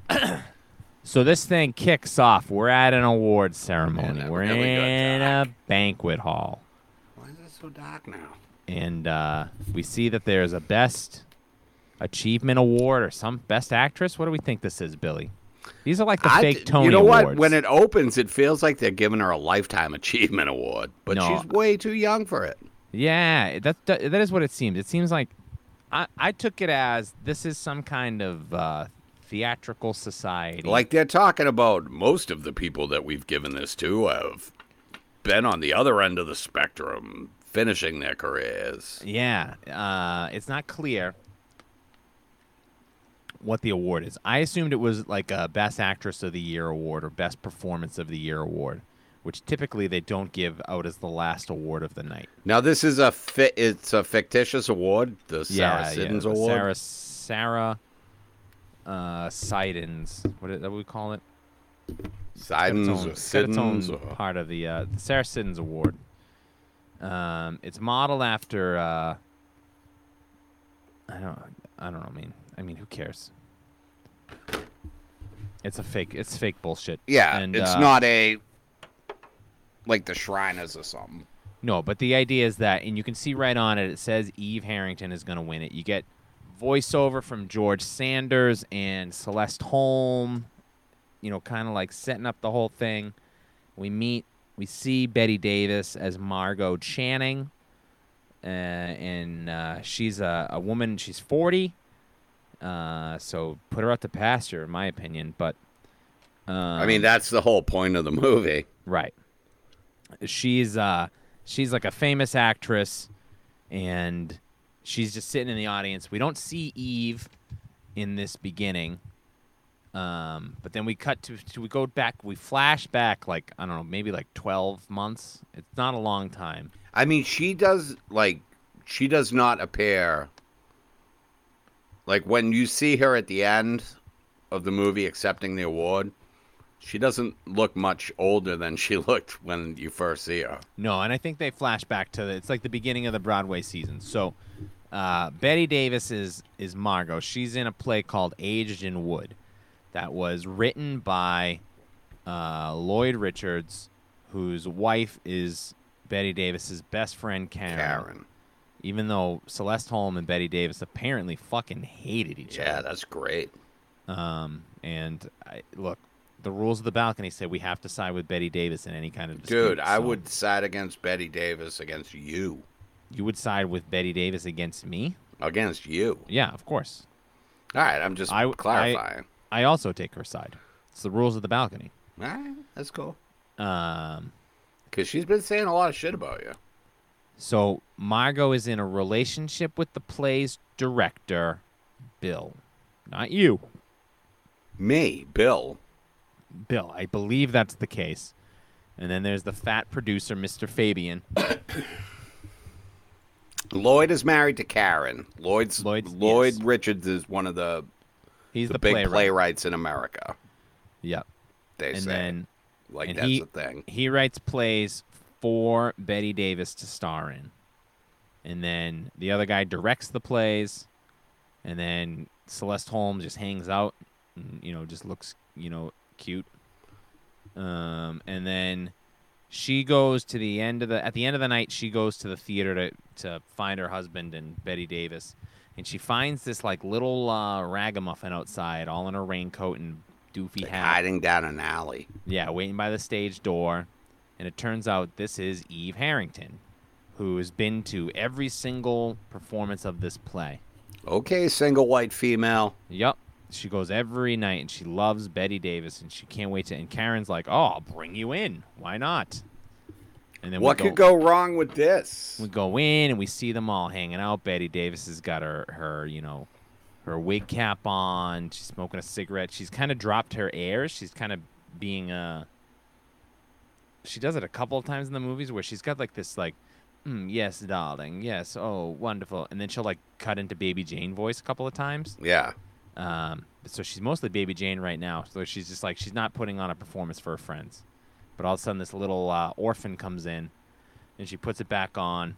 So this thing kicks off. We're at an award ceremony.
that
We're
really good
in
talk.
a banquet hall,
Why is it so dark now?
and uh, we see that there's a best achievement award or some best actress. What do we think this is, Billy? These are like the
I d-
fake Tony
You know
awards.
what? When it opens, it feels like they're giving her a lifetime achievement award, but
No.
she's way too young for it.
Yeah, that that that is what it seems. It seems like I I took it as this is some kind of uh, theatrical society.
Like they're talking about most of the people that we've given this to have been on the other end of the spectrum, finishing their careers.
yeah, uh, it's not clear what the award is. I assumed it was like a best actress of the year award or best performance of the year award, which typically they don't give out as the last award of the night.
Now this is a fi- it's a fictitious award, the Sarah
yeah,
Siddons
yeah, the
Award.
Sarah Sarah uh, Sidens. What is that? What we call it?
Sidens
its own-
or
it's got its own
Siddons or-
part of the uh, the Sarah Siddons Award. Um, it's modeled after uh, I don't I don't know. I mean, I mean, who cares? It's a fake. It's fake bullshit.
Yeah,
And,
it's
uh,
not a like the Shriners or something.
No, but the idea is that, and you can see right on it. It says Eve Harrington is going to win it. You get voiceover from George Sanders and Celeste Holm. You know, kind of like setting up the whole thing. We meet, we see Betty Davis as Margot Channing, uh, and uh, she's a, a woman. She's forty, uh, so put her out to pasture, in my opinion. But um,
I mean, that's the whole point of the movie.
Right. She's uh she's like a famous actress and she's just sitting in the audience. We don't see Eve in this beginning. Um, but then we cut to, to we go back we flash back like I don't know, maybe like 12 months. It's not a long time.
I mean, she does like she does not appear like when you see her at the end of the movie accepting the award. She doesn't look much older than she looked when you first see her.
No, and I think they flash back to the, it's like the beginning of the Broadway season. So, uh, Betty Davis is is Margot. She's in a play called Aged in Wood, that was written by uh, Lloyd Richards, whose wife is Betty Davis's best friend Karen.
Karen.
Even though Celeste Holm and Betty Davis apparently fucking hated each
Yeah,
other.
that's great.
Um, and I, look, the rules of the balcony say we have to side with Betty Davis in any kind of dispute.
Dude, I
so-
would side against Betty Davis against you.
You would side with Betty Davis against me?
Against you.
Yeah, of course.
All right, I'm just
I- I-
clarifying.
I also take her side. It's the rules of the balcony.
All right, that's cool.
Um,
Because she's been saying a lot of shit about you.
so Margot is in a relationship with the play's director, Bill. Not you,
Me, Bill.
Bill. I believe that's the case. And then there's the fat producer, Mr. Fabian.
Lloyd is married to Karen. Lloyd's
Lloyd's-
Lloyd
yes.
Richards is one of the,
He's
the,
the,
big
playwright.
playwrights in America.
Yep.
They
And
say
then
like
and
that's
he-
a thing.
he writes plays for Betty Davis to star in. And then the other guy directs the plays. And then Celeste Holmes just hangs out and, you know, just looks, you know, cute. Um, and then she goes to the end of the at the end of the night she goes to the theater to to find her husband and Betty Davis and she finds this like little uh, ragamuffin outside all in her raincoat and doofy
Like
hat
hiding down an alley.
yeah, waiting by the stage door. And it turns out this is Eve Harrington, who has been to every single performance of this play.
Okay, single white female.
Yup. She goes every night and she loves Betty Davis and she can't wait to. And Karen's like, oh, I'll bring you in. Why not? And then
What
we
could go wrong with this?
we go in and we see them all hanging out. Betty Davis has got her, her you know, her wig cap on. She's smoking a cigarette. She's kind of dropped her airs. She's kind of being uh She does it a couple of times in the movies where she's got like this like, mm, yes, darling, yes, oh, wonderful, and then she'll like cut into Baby Jane voice a couple of times.
Yeah.
Um, so she's mostly Baby Jane right now. So she's just like she's not putting on a performance for her friends. But all of a sudden, this little uh, orphan comes in, and she puts it back on.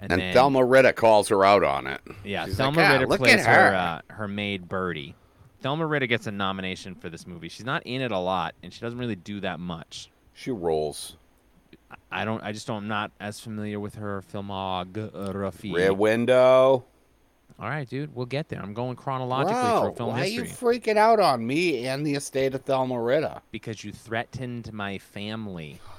And,
And
then,
Thelma Ritter calls her out on it.
yeah,
She's
Thelma
like, "Ah,
Ritter
look
plays
at
her
her."
uh, her maid Birdie, Thelma Ritter gets a nomination for this movie. She's not in it a lot, and she doesn't really do that much.
She rolls.
I don't. I just don't. I'm not as familiar with her filmography.
Rear Window.
All right, dude. We'll get there. I'm going chronologically
Wow,
for film
why
history
are you freaking out on me and the estate of Thelma Ritter?
because you threatened my family.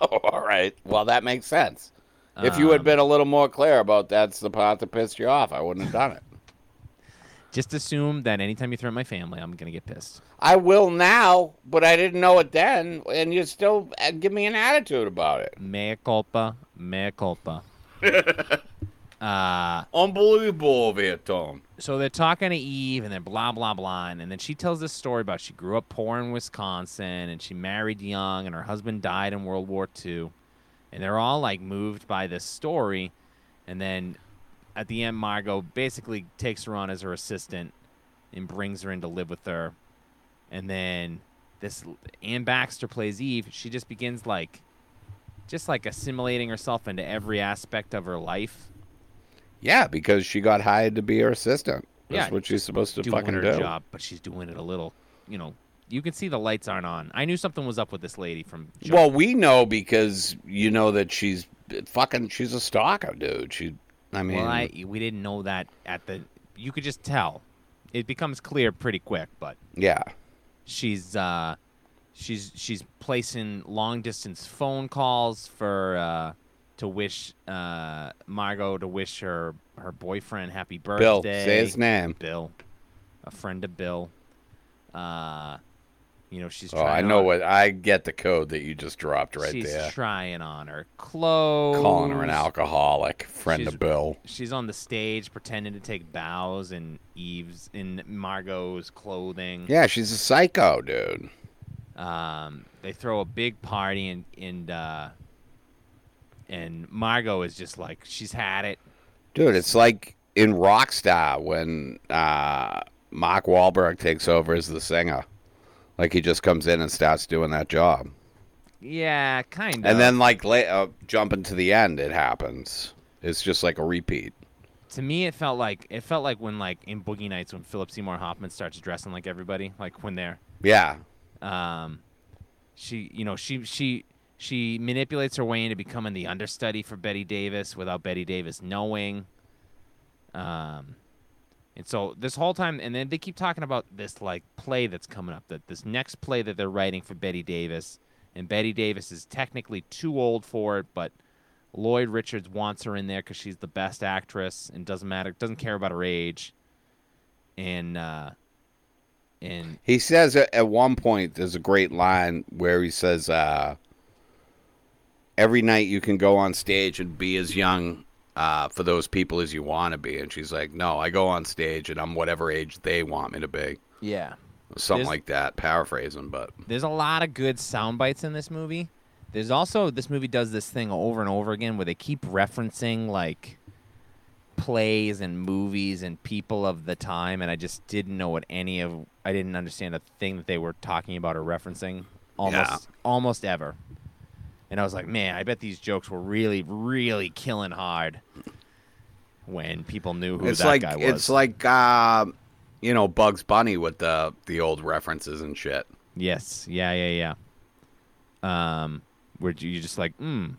Oh, all right. Well, that makes sense. If you had
Um,
been a little more clear about that's the part that pissed you off, I wouldn't have done it.
just assume that anytime you threaten my family, I'm gonna get pissed.
I will now, but I didn't know it then, and you still uh, give me an attitude about it.
Mea culpa. Mea culpa. uh
Unbelievable over here, Tom.
so they're talking to Eve and they're blah blah blah and then she tells this story about she grew up poor in Wisconsin and she married young and her husband died in World War II and they're all like moved by this story and then at the end Margot basically takes her on as her assistant and brings her in to live with her and then this Ann Baxter plays Eve she just begins like just like assimilating herself into every aspect of her life
Yeah, because she got hired to be her assistant. That's
Yeah,
what she's supposed to
doing
fucking
her
do.
job, but she's doing it a little. You know, you can see the lights aren't on. I knew something was up with this lady from. Jump.
Well, we know because you know that she's fucking. She's a stalker, dude. She. I mean,
Well, I, we didn't know that at the. You could just tell. It becomes clear pretty quick, but
yeah.
she's uh, she's she's placing long distance phone calls for uh, to wish uh, Margot to wish her her boyfriend happy birthday.
Bill, say his name.
Bill, a friend of Bill. Uh, you know she's.
Oh, I
trying
know
on-
what. I get the code that you just dropped right
she's
there.
trying on her clothes.
Calling her an alcoholic, friend
She's-
of Bill.
She's on the stage pretending to take bows in Eve's in Margot's clothing.
Yeah, she's a psycho, dude.
Um, they throw a big party and and uh, and Margot is just like she's had it.
Dude, it's like in Rockstar when uh, Mark Wahlberg takes over as the singer. Like he just comes in and starts doing that job,
Yeah, kind of.
and then like la- uh, jumping to the end, it happens. It's just like a repeat.
to me, it felt like it felt like when like in Boogie Nights when Philip Seymour Hoffman starts dressing like everybody, like when they're
Yeah,
um, she you know she she she manipulates her way into becoming the understudy for Betty Davis without Betty Davis knowing. Um, and so this whole time, and then they keep talking about this like play that's coming up, that this next play that they're writing for Betty Davis, and Betty Davis is technically too old for it, but Lloyd Richards wants her in there because she's the best actress and doesn't matter, doesn't care about her age, and uh, and
He says at, at one point there's a great line where he says, uh, "Every night you can go on stage and be as young uh, for those people as you want to be," and she's like, "No, I go on stage and I'm whatever age they want me to be."
yeah,
Something
There's-
like that, paraphrasing, but
There's a lot of good sound bites in this movie. There's also this movie does this thing over and over again where they keep referencing like plays and movies and people of the time and I just didn't know what any of I didn't understand a thing that they were talking about or referencing almost
Yeah.
almost ever. And I was like, "Man, I bet these jokes were really really killing hard." When people knew who
it's
that
like
guy was.
it's like uh, you know Bugs Bunny with the the old references and shit.
Yes. Yeah. Yeah. Yeah. Um, where you you just like, hmm.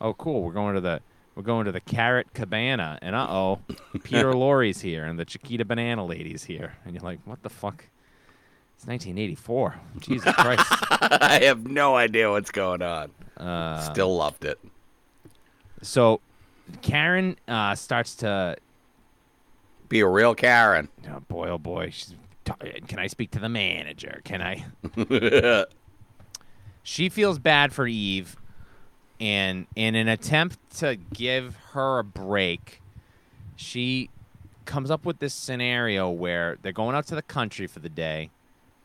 Oh, cool. We're going to the we're going to the Carrot Cabana, and uh oh, Peter Lorre's here, and the Chiquita Banana Lady's here, and you're like, what the fuck? It's 1984. Jesus Christ.
I have no idea what's going on.
Uh,
Still loved it.
so, Karen uh, starts to.
Be a real Karen.
Oh boy, oh boy. She's. ta- Can I speak to the manager? Can I? she feels bad for Eve, and in an attempt to give her a break, she comes up with this scenario where they're going out to the country for the day.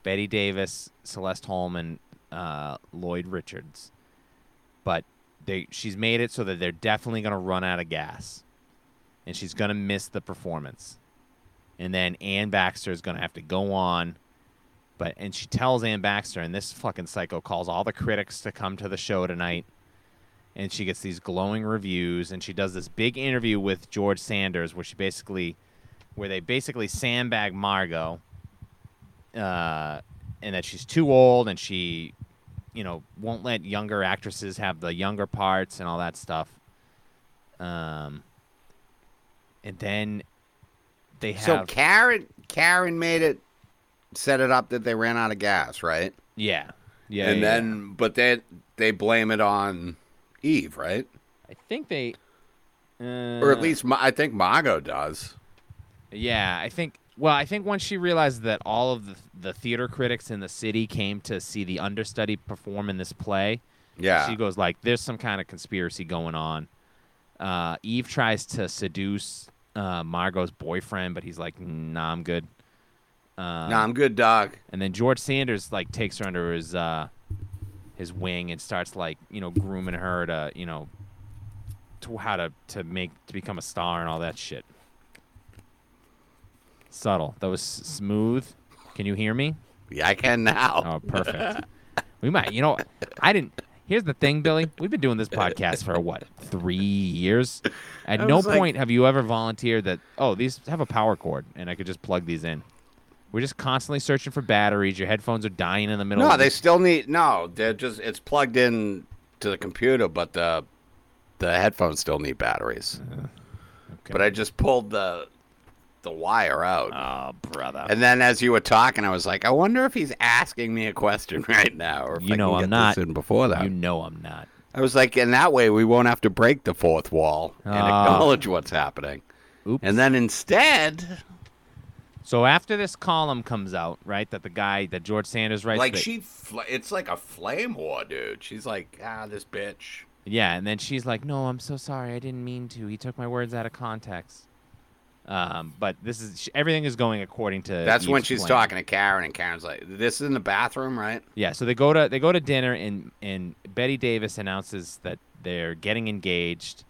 Betty Davis, Celeste Holman, uh, Lloyd Richards, but they she's made it so that they're definitely gonna run out of gas, and she's gonna miss the performance, and then Ann Baxter is gonna have to go on but and she tells Ann Baxter, and this fucking psycho calls all the critics to come to the show tonight, and she gets these glowing reviews, and she does this big interview with George Sanders, where she basically, where they basically sandbag Margot, uh, and that she's too old and she, you know, won't let younger actresses have the younger parts and all that stuff. Um, and then they have
So Karen, Karen made it, set it up that they ran out of gas, right?
yeah, yeah,
and
yeah, yeah.
then, but they they blame it on Eve, right?
I think they, uh,
or at least Ma- I think Mago does.
Yeah, I think. Well, I think once she realized that all of the, the theater critics in the city came to see the understudy perform in this play,
Yeah,
she goes like, "There's some kind of conspiracy going on." Uh, Eve tries to seduce uh, Margot's boyfriend, but he's like, "Nah, I'm good." Uh,
no, I'm good, dog.
And then George Sanders like takes her under his uh, his wing and starts like you know grooming her to you know to how to to make to become a star and all that shit. Subtle. That was s- smooth. Can you hear me?
Yeah, I can now.
Oh, perfect. we might. You know, I didn't. Here's the thing, Billy. We've been doing this podcast for what three years. At
I
no
was like-
point have you ever volunteered that. Oh, these have a power cord, and I could just plug these in. We're just constantly searching for batteries. Your headphones are dying in the middle.
No,
of
they
the-
still need. No, they're just it's plugged in to the computer, but the the headphones still need batteries.
Uh,
But I just pulled the the wire out,
Oh, brother.
and then as you were talking, I was like, I wonder if he's asking me a question right now, or if
You
I
know
can
I'm
get
not.
this in before that.
You know I'm not.
I was like, and that way we won't have to break the fourth wall and
Ah.
acknowledge what's happening.
Oops.
And then instead,
so after this column comes out, right, that the guy that George Sanders writes,
like
that-
she, fl- it's like a flame war, dude. She's like, ah, this bitch.
Yeah, and then she's like, "No, I'm so sorry. I didn't mean to. He took my words out of context." Um, but this is sh- everything is going according to.
that's when
Eve's
she's
plan.
talking to Karen, and Karen's like, "This is in the bathroom, right?"
Yeah, so they go to they go to dinner, and and Betty Davis announces that they're getting engaged,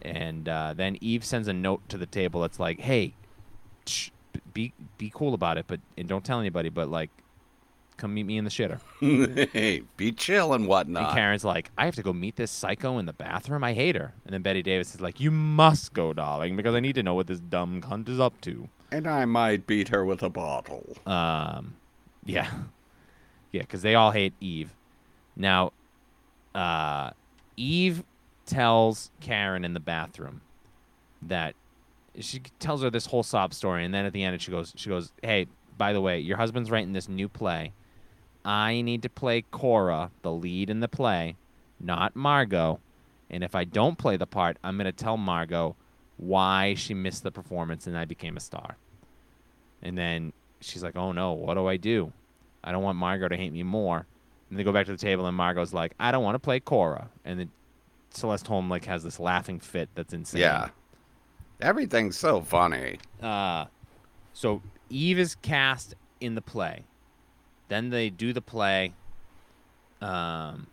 and uh, then Eve sends a note to the table that's like, "Hey, shh, b- be be cool about it, but and don't tell anybody, but like, come meet me in the shitter."
hey, be chill and
And
whatnot.
Karen's like, I have to go meet this psycho in the bathroom. I hate her. And then Betty Davis is like, You must go, darling, because I need to know what this dumb cunt is up to.
And I might beat her with a bottle.
Um, yeah, yeah, because they all hate Eve. Now, uh, Eve tells Karen in the bathroom that she tells her this whole sob story, and then at the end, she goes, she goes, "Hey, by the way, your husband's writing this new play. I need to play Cora, the lead in the play, not Margot. And if I don't play the part, I'm gonna tell Margot why she missed the performance and I became a star." And then she's like, "Oh no, what do I do? I don't want Margot to hate me more." And they go back to the table, and Margot's like, "I don't want to play Cora." And then Celeste Holm like has this laughing fit that's insane.
Yeah, everything's so funny.
Uh, so Eve is cast in the play. Then they do the play. Um,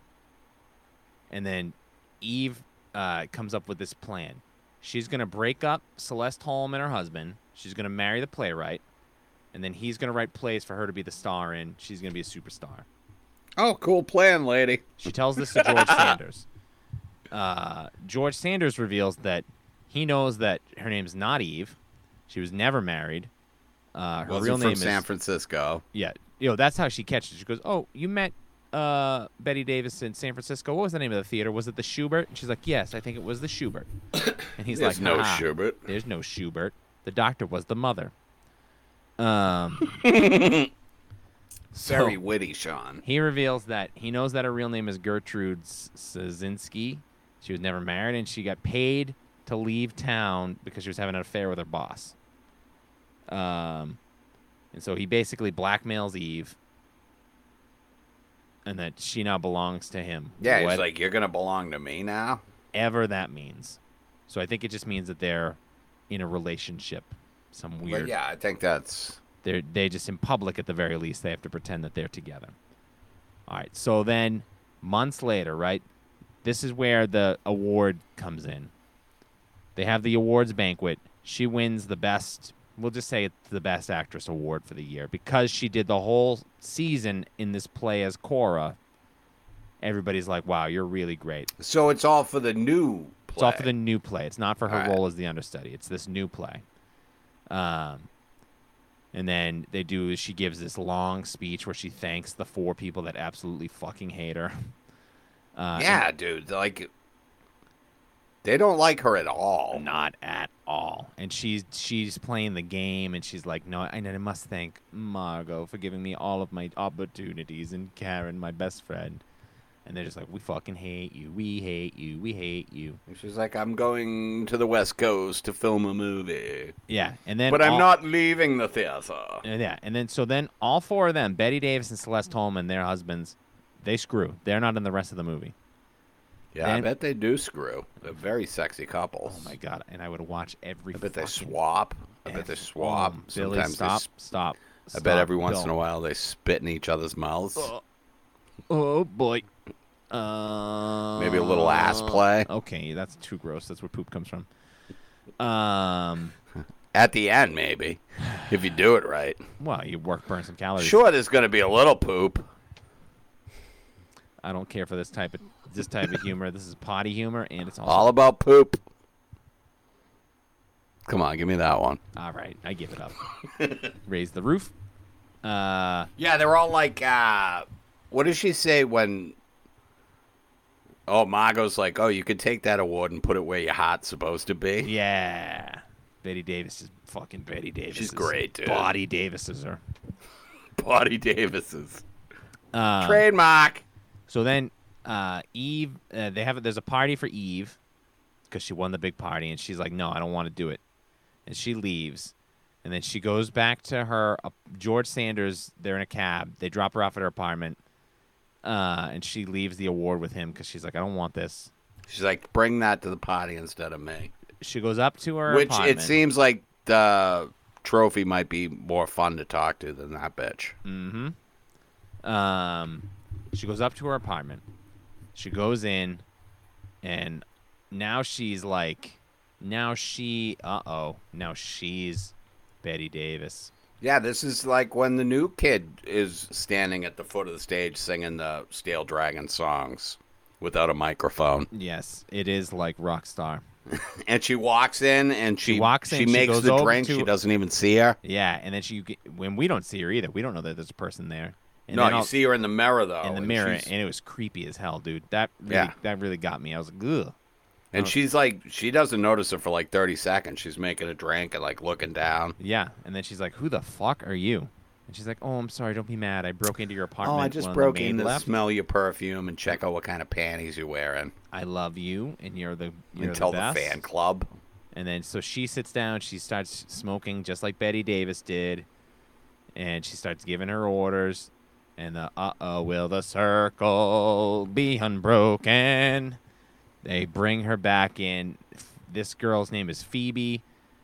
and then Eve uh, comes up with this plan. She's going to break up Celeste Holm and her husband. She's going to marry the playwright. And then he's going to write plays for her to be the star in. She's going to be a superstar.
Oh, cool plan, lady.
She tells this to George Sanders. Uh, George Sanders reveals that he knows that her name's not Eve. She was never married. Uh, her
Wasn't
real
from
name
San
is
Francisco.
yeah. You know that's how she catches. it. She goes, "Oh, you met uh, Betty Davis in San Francisco. What was the name of the theater? Was it the Schubert?" And she's like, "Yes, I think it was the Schubert." And he's
There's
like,
no
"Ha-ha,
Schubert.
There's no Schubert. The doctor was the mother." Um.
Very witty, Sean.
He reveals that he knows that her real name is Gertrude S- Szynski. She was never married, and she got paid to leave town because she was having an affair with her boss. Um, and so he basically blackmails Eve, and that she now belongs to him.
Yeah, he's
What-
like, "You're gonna belong to me now."
whatever that means. So I think it just means that they're in a relationship, some
But
weird
yeah, I think that's
they're they just in public at the very least they have to pretend that they're together all right so then months later right this is where the award comes in they have the awards banquet she wins the best we'll just say it's the best actress award for the year because she did the whole season in this play as cora everybody's like wow you're really great
so. It's all for the new. Play.
it's all for the new play. It's not for her
Alright.
role as the understudy. It's this new play. Um, And then they do is she gives this long speech where she thanks the four people that absolutely fucking hate her. Uh, and
yeah, dude. Like, they don't like her at all.
not at all. And she's she's playing the game, and she's like, "No, I, I must thank Margot for giving me all of my opportunities, and Karen, my best friend." And they're just like, "We fucking hate you. We hate you. We hate you."
And she's like, I'm going to the West Coast to film a movie,
Yeah, and then
but I'm
all-
not leaving the theater.
Uh, Yeah, and then so then all four of them, Betty Davis and Celeste Holman, their husbands, they screw. They're not in the rest of the movie.
Yeah, I
Then-
bet they do screw. They're very sexy couples.
Oh my god! And I would watch every.
I bet they
fucking
swap. I bet they
F-
swap.
um, Billy,
Sometimes
stop,
they. s-
stop. Uh,
I bet every once in a while they spit in each other's mouths.
Oh boy. Uh,
Maybe a little ass play.
Okay, that's too gross. That's where poop comes from. Um.
At the end, maybe, if you do it right.
Well, you work, burn some calories.
Sure, there's going to be a little poop.
I don't care for this type of this type of humor. This is potty humor, and it's also
All about poop. Come on, give me that one.
all right. I give it up. Raise the roof. Uh.
Yeah, they're all like, uh,
What does she say when? Oh, Margot's like, oh, you could take that award and put it where your heart's supposed to be.
Yeah. Betty Davis is fucking Betty Davis.
She's
is-
great, dude.
Body Davis is her.
Body Davis's
Uh,
trademark.
so then uh, Eve, uh, they have there's a party for Eve because she won the big party, and she's like, no, I don't want to do it, and she leaves, and then she goes back to her uh, George Sanders. They're in a cab. They drop her off at her apartment, uh, and she leaves the award with him because she's like, I don't want this.
She's like, bring that to the party instead of me.
She goes up to her
Which
apartment.
it seems like the trophy might be more fun to talk to than that bitch.
Mm-hmm. Um, she goes up to her apartment. She goes in, and now she's like, now she, uh oh, now she's Betty Davis.
Yeah, this is like when the new kid is standing at the foot of the stage singing the Steel Dragon songs without a microphone.
Yes, it is like Rockstar.
And she walks in and she,
She walks in,
she
she
makes
goes
the
over
drink.
to-
She doesn't even see her.
Yeah, and then she, when we don't see her either, we don't know that there's a person there. And
no,
then
you
all-
see her in the mirror though.
in the mirror,
and she's,
and it was creepy as hell, dude. That really,
Yeah.
that really got me. I was like, ugh.
and she's like, she doesn't notice it for like thirty seconds. She's making a drink and like looking down.
Yeah, and then she's like, "Who the fuck are you?" And she's like, "Oh, I'm sorry. Don't be mad. Oh, I broke into your apartment.
Oh,
when the maid
to
left.
smell your perfume and check out what kind of panties you're wearing
I love you, and you're the you're
and tell
the,
the,
best.
fan club.
And then so she sits down. She starts smoking just like Betty Davis did, and she starts giving her orders. And the uh oh, will the circle be unbroken? They bring her back in. This girl's name is Phoebe.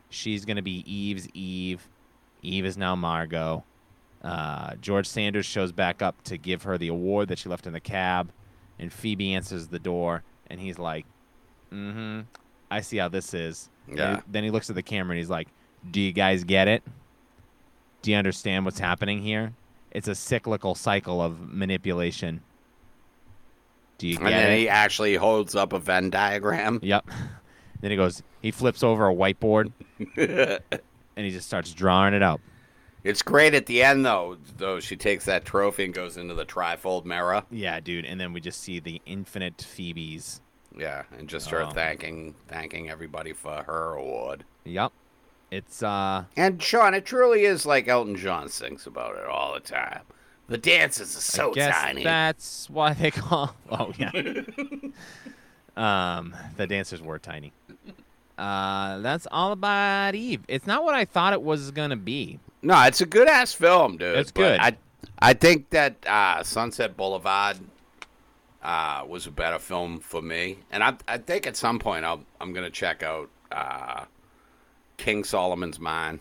She's gonna be Eve's Eve. Eve is now Margot. Uh, George Sanders shows back up to give her the award that she left in the cab, and Phoebe answers the door, and he's like, "Mm-hmm, I see how this is." And
Yeah.
he- then he looks at the camera and he's like, "Do you guys get it? Do you understand what's happening here? It's a cyclical cycle of manipulation. Do you get
And then
it?"
he actually holds up a Venn diagram.
Yep. Then he goes, he flips over a whiteboard and he just starts drawing it out.
It's great at the end though. Though she takes that trophy and goes into the trifold mirror.
Yeah, dude. And then we just see the infinite Phoebes.
Yeah, and just
Oh.
her thanking thanking everybody for her award.
Yep. It's, uh,
And Sean, it truly is like Elton John sings about it all the time. The dances are so
I guess
tiny.
that's why they call. Oh, yeah. um, the dancers were tiny. Uh, that's all about Eve. It's not what I thought it was going to be.
No, it's a good ass film, dude.
It's
but
good.
I I think that uh, Sunset Boulevard uh, was a better film for me, and I I think at some point I'll, I'm gonna check out uh, King Solomon's Mine.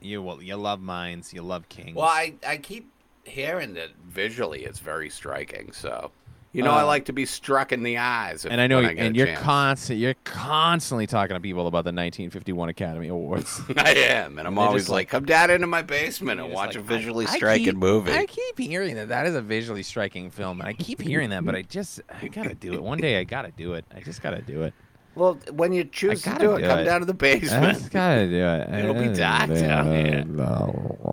You will, you love mines, you love kings.
well,
Why?
I, I keep
Hearing that visually, it's very striking. So, you know, I
Uh,
like to be struck in the eyes. If,
And I know,
when
you,
get
and
a
you're
chance.
constant, you're constantly talking to people about the 1951 Academy Awards.
I am, and I'm
they're
always
just
like,
like-
come down into my basement and
You're just
watch
like,
a visually
I- I
striking
keep-
movie.
I keep hearing that that is a visually striking film, and I keep hearing that, but I just I gotta do it. One day I gotta do it. I just gotta do it.
Well, when you choose to
gotta
do it,
do
come
it.
down to the
I just
basement.
gotta do it.
It'll be dark down
here.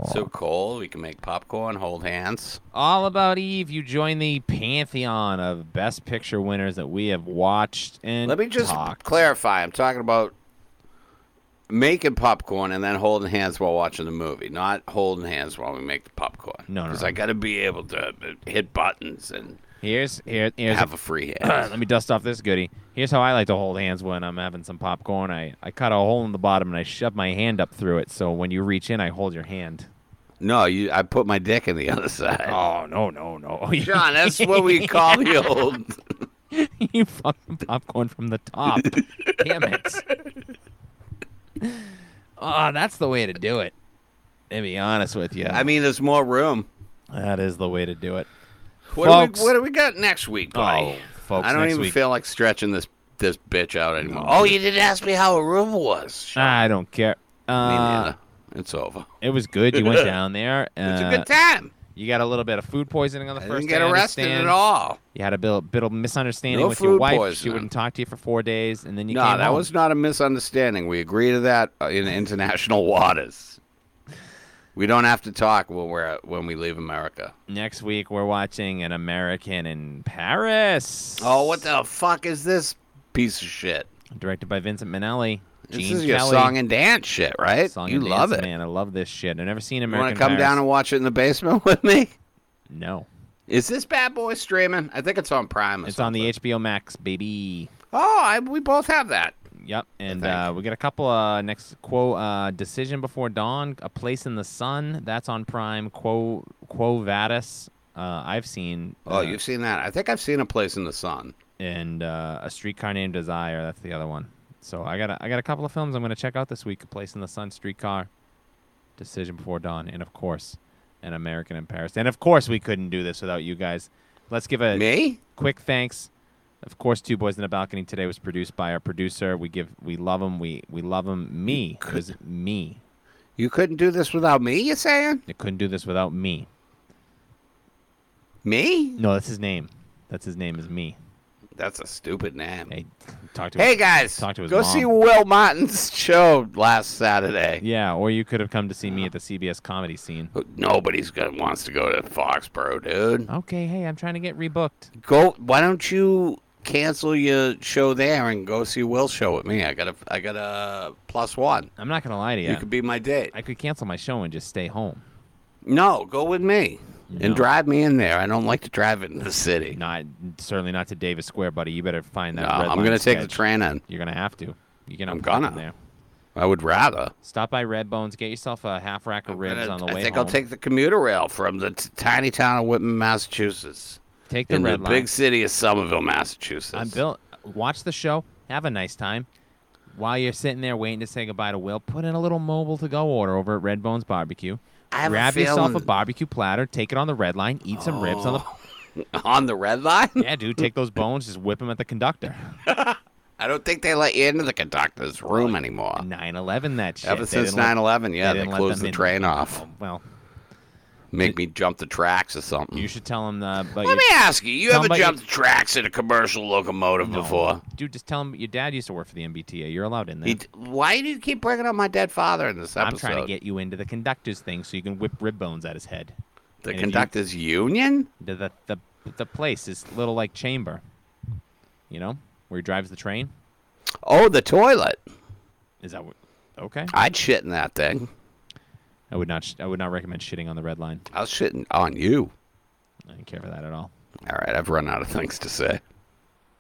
so cool. We can make popcorn, hold hands.
All About Eve, you join the pantheon of best picture winners that we have watched and
Let me just
talked.
clarify. I'm talking about making popcorn and then holding hands while watching the movie, not holding hands while we make the popcorn.
No, no,
Because
no.
I got to be able to uh, hit buttons and
Here's here, here's
have a free hand.
let me dust off this goodie. Here's how I like to hold hands when I'm having some popcorn. I, I cut a hole in the bottom and I shove my hand up through it. So when you reach in, I hold your hand.
no, you. I put my dick in the other side.
Oh no no no!
John, that's what we call the old.
you fucking popcorn from the top. Damn it. Oh, that's the way to do it. To be honest with you,
I mean, there's more room.
that is the way to do it.
What, do
Folks.
we, what do we got next week, buddy?
Oh, folks,
I don't
next
even
week.
feel like stretching this this bitch out anymore. Oh, you didn't ask me how a room was.
I don't care.
Me
Uh,
neither. it's over.
it was good. You went down there.
It's
Uh,
a good time.
You got a little bit of food poisoning on the
I
first
didn't get
day. I
arrested
understand.
at all.
You had a bit, bit of misunderstanding
No
with your
food
wife. She
poisoning.
wouldn't talk to you for four days, and then you
no,
came
that
home.
was not a misunderstanding. We agree to that uh, in international waters. We don't have to talk when we're uh, when we leave America.
Next week, we're watching An American in Paris.
Oh, what the fuck is this piece of shit?
Directed by Vincent Minnelli. Gene
this is your
Kelly.
song and dance shit, right?
Song
you
and
love
dance,
it.
Man, I love this shit. I've never seen
You
American
want to come down and watch it in the basement with me?
and... No.
Is this bad boy streaming? I think it's on Prime. Or
It's on the
something.
HBO Max, baby.
Oh, I, we both have that.
Yep, and
think.
uh, we got a couple uh, next quo uh, decision before dawn, a place in the sun. That's on Prime. Quo Quo Vadis. Uh, I've seen.
Oh,
uh,
you've seen that? I think I've seen a place in the sun.
and uh, a streetcar named Desire. That's the other one. So I got a, I got a couple of films I'm gonna check out this week: a Place in the Sun, Streetcar, Decision Before Dawn, and of course, An American in Paris. And of course, we couldn't do this without you guys. Let's give a
Me?
quick thanks. Of course, Two Boys in a Balcony today was produced by our producer. We give, we love him. We we love him. Me, it was me.
You couldn't do this without me. You saying
They couldn't do this without me.
me?
No, that's his name. That's his name is me.
That's a stupid name.
Hey, talk to
Hey guys,
Talk to his
go
mom.
see Will Martin's show last Saturday.
Yeah, or you could have come to see me at the CBS comedy scene.
Nobody's gonna wants to go to Foxborough, dude.
Okay, hey, I'm trying to get rebooked.
Go. Why don't you cancel your show there and go see Will's show with me? I got a I got a plus one.
I'm not gonna lie to you.
You could be my date.
I could cancel my show and just stay home.
No, go with me
No.
and drive me in there. I don't like to drive it in the city.
Not certainly not to Davis Square, buddy. You better find that.
No,
red
I'm
line
gonna take the
sketch.
train in.
You're gonna have to. You're gonna.
I'm
put it in
gonna.
There.
I would rather.
Stop by Red Bones. Get yourself a half rack of ribs
Gonna-
on the
I
way
think
home.
I'll take the commuter rail from the t- tiny town of Whitman, Massachusetts,
Take the
in the
red line.
big city of Somerville, Massachusetts.
I'm built. Watch the show. Have a nice time. While you're sitting there waiting to say goodbye to Will, put in a little mobile to go order over at Red Bones Barbecue.
I have a
Grab yourself a
feeling- Oh.
barbecue platter, take it on the red line, eat some ribs on the
on the red line.
Yeah, dude, take those bones, just whip them at the conductor.
I don't think they let you into the conductor's room anymore.
9/11, that shit.
Ever
They
since
didn't let-
9/11, yeah,
they
they,
didn't let
closed
them
the
in. Oh,
train off,
Well,
make me jump the tracks or something.
you should tell him. Uh, but
let
your-
me ask you: You
Tell
ever
'em about
jumped the tracks in a commercial locomotive
No.
before?
dude, just tell him your dad used to work for the MBTA. You're allowed in there.
He d- why do you keep bringing up my dead father in this
I'm
episode?
trying to get you into the conductor's thing so you can whip rib bones at his head.
the
and if you-
conductor's union.
The the the, the place is little like chamber, you know, where he drives the train.
Oh, the toilet.
Is that what? Okay,
I'd shit in that thing.
I would not. Sh- I would not recommend shitting on the red line.
I was shitting on you.
I didn't care for that at all.
All right, I've run out of things to say.